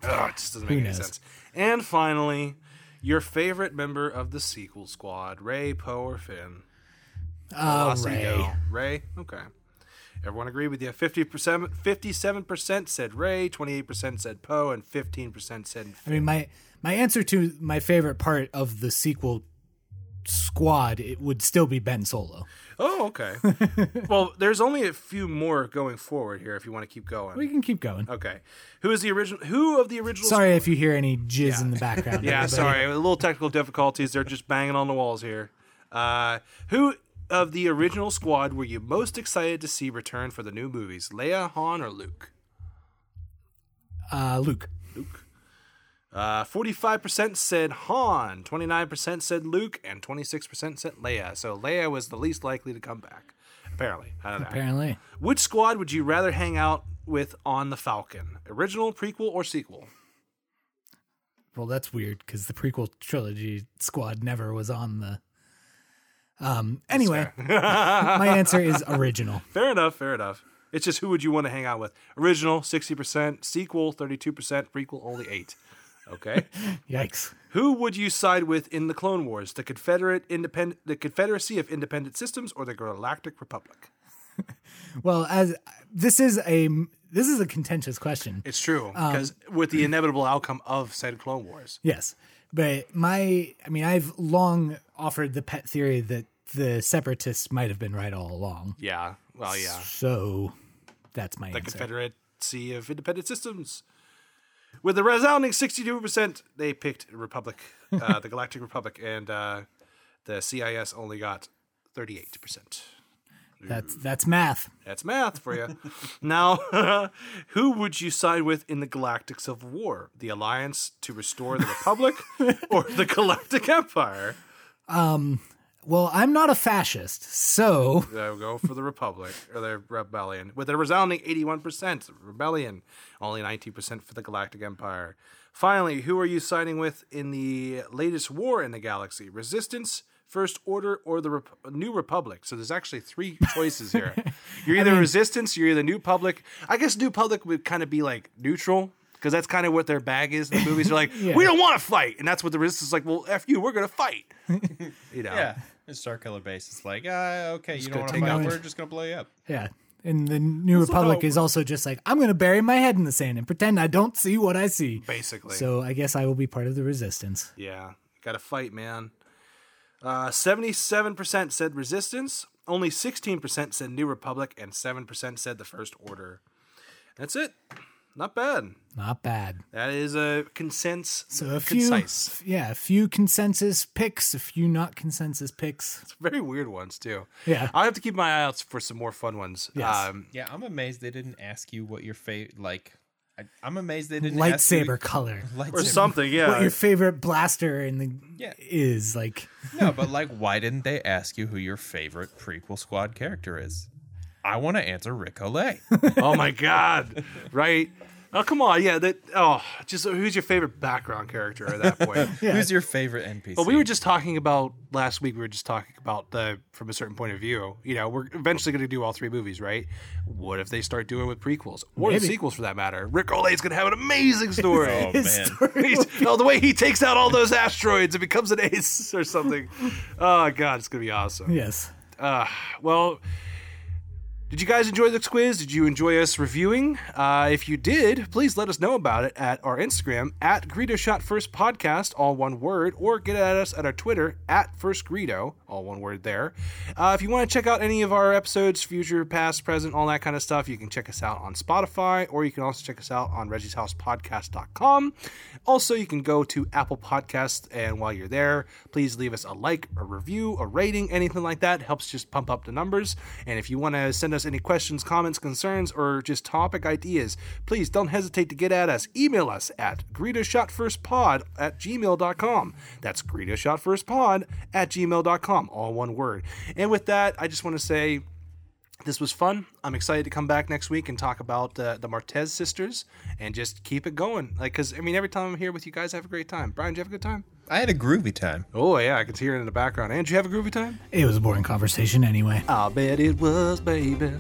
Speaker 1: Ugh, it just doesn't make any
Speaker 2: knows?
Speaker 1: sense. And finally, your favorite member of the sequel squad, Ray, Poe, or Finn.
Speaker 2: uh,
Speaker 1: Awesome,
Speaker 2: Ray.
Speaker 1: go. Ray? Okay. Everyone agreed with you. 50%, 57% said Ray, 28% said Poe, and 15% said
Speaker 2: I mean, my my answer to my favorite part of the sequel squad it would still be Ben Solo.
Speaker 1: Oh, okay. well, there's only a few more going forward here if you want to keep going.
Speaker 2: We can keep going.
Speaker 1: okay. Who is the original who of the original
Speaker 2: Sorry if you hear any jizz in the background.
Speaker 1: Yeah,
Speaker 2: everybody.
Speaker 1: sorry. A little technical difficulties. They're just banging on the walls here. Uh, who of the original squad were you most excited to see return for the new movies? Leia, Han, or Luke?
Speaker 2: Uh, Luke.
Speaker 1: Uh, 45% said Han, 29% said Luke, and 26% said Leia. So Leia was the least likely to come back, apparently. I don't know.
Speaker 2: Apparently,
Speaker 1: Which squad would you rather hang out with on the Falcon? Original, prequel, or sequel?
Speaker 2: well, that's weird because the prequel trilogy squad never was on the. Um. Anyway, my answer is original.
Speaker 1: Fair enough, fair enough. It's just who would you want to hang out with? Original, 60%, sequel, 32%, prequel, only 8 Okay.
Speaker 2: Yikes.
Speaker 1: who would you side with in the Clone Wars? The Confederate Independ- the Confederacy of Independent Systems or the Galactic Republic?
Speaker 2: Well, as this is a this is a contentious question.
Speaker 1: It's true, because with the inevitable outcome of said Clone Wars.
Speaker 2: Yes. But my, I mean, I've long offered the pet theory that the separatists might have been right all along.
Speaker 1: Yeah. Well, yeah.
Speaker 2: So that's my
Speaker 1: The
Speaker 2: answer.
Speaker 1: Confederacy of Independent Systems. With a resounding 62%, they picked Republic, uh, the Galactic Republic, and uh, the CIS only got 38%.
Speaker 2: that's that's math.
Speaker 1: That's math for you. now, who would you side with in the Galactic Civil War? The Alliance to restore the Republic or the Galactic Empire?
Speaker 2: Well, I'm not a fascist, so
Speaker 1: They'll go for the Republic or the Rebellion with a resounding 81%. Rebellion, only 19% for the Galactic Empire. Finally, who are you siding with in the latest war in the galaxy? Resistance, First Order, or the Rep- New Republic? So there's actually three choices here. You're either Resistance, you're either New Public. I guess New Public would kind of be like neutral. Because that's kind of what their bag is. in The movies are like, we don't want to fight, and that's what the resistance is like. Well, f you, we're gonna fight. You know,
Speaker 3: Yeah. It's Starkiller Base. It's like, ah, okay, you don't
Speaker 1: gonna
Speaker 3: want to
Speaker 1: take
Speaker 3: fight.
Speaker 1: out-
Speaker 3: We're just going to blow you up.
Speaker 2: yeah. And the New Republic
Speaker 1: how-
Speaker 2: is also just like I'm going to bury my head in the sand and pretend I don't see what I see.
Speaker 1: basically.
Speaker 2: So I guess I will be part of the resistance.
Speaker 1: Yeah, got to fight, man. Uh, 77% said resistance, only 16% said New Republic, and 7% said the First Order. That's it. Not bad.
Speaker 2: Not bad.
Speaker 1: That is a consents.
Speaker 2: So a few,
Speaker 1: concise.
Speaker 2: yeah, a few consensus picks, a few not consensus picks.
Speaker 1: Very weird ones, too.
Speaker 2: Yeah.
Speaker 1: I'll have to keep my eye out for some more fun ones.
Speaker 2: Yes.
Speaker 1: Um,
Speaker 3: Yeah, I'm amazed they didn't ask you what your favorite, like, I, I'm amazed they didn't ask you-
Speaker 2: Lightsaber color.
Speaker 1: or
Speaker 3: lightsaber.
Speaker 1: something, yeah.
Speaker 2: what your favorite blaster in the
Speaker 3: Yeah.
Speaker 2: is like
Speaker 3: No, but like, why didn't they ask you who your favorite prequel squad character is? I want to answer Rick Olay.
Speaker 1: oh my god right oh come on yeah that oh just who's your favorite background character at that point
Speaker 3: Who's your favorite NPC?
Speaker 1: But we were just talking about last week. We were just talking about the from a certain point of view. You know, we're eventually going to do all three movies, right? What if they start doing with prequels or the
Speaker 2: Maybe.
Speaker 1: sequels, for that matter? Rick Olay's going to have an amazing story.
Speaker 3: Oh
Speaker 1: oh.
Speaker 3: man,
Speaker 2: his story.
Speaker 1: the way he takes out all those asteroids and becomes an ace or something. Oh god, it's going to be awesome.
Speaker 2: yes.
Speaker 1: Well, did you guys enjoy this quiz? Did you enjoy us reviewing? Uh, if you did, please let us know about it at our Instagram at Greedo Shot First Podcast, all one word, or get at us at our Twitter at First Greedo, all one word there. Uh, if you want to check out any of our episodes, future, past, present, all that kind of stuff, you can check us out on Spotify, or you can also check us out on Reggie's House Podcast.com. Also, you can go to Apple Podcasts, and while you're there, please leave us a like, a review, a rating, anything like that. Helps just pump up the numbers. And if you want to send us any questions, comments, concerns, or just topic ideas, please don't hesitate to get at us. Email us at greedoshotfirstpod at gmail.com. That's greedoshotfirstpod at gmail.com, all one word. And with that, I just want to say This was fun. I'm excited to come back next week and talk about uh, the Martez sisters and just keep it going. Like, cause I mean, every time I'm here with you guys, I have a great time. Brian, did you have a good time?
Speaker 3: I had a groovy time.
Speaker 1: Oh yeah, I can hear it in the background. And did you have a groovy time?
Speaker 2: It was a boring conversation anyway.
Speaker 1: I bet it was, baby.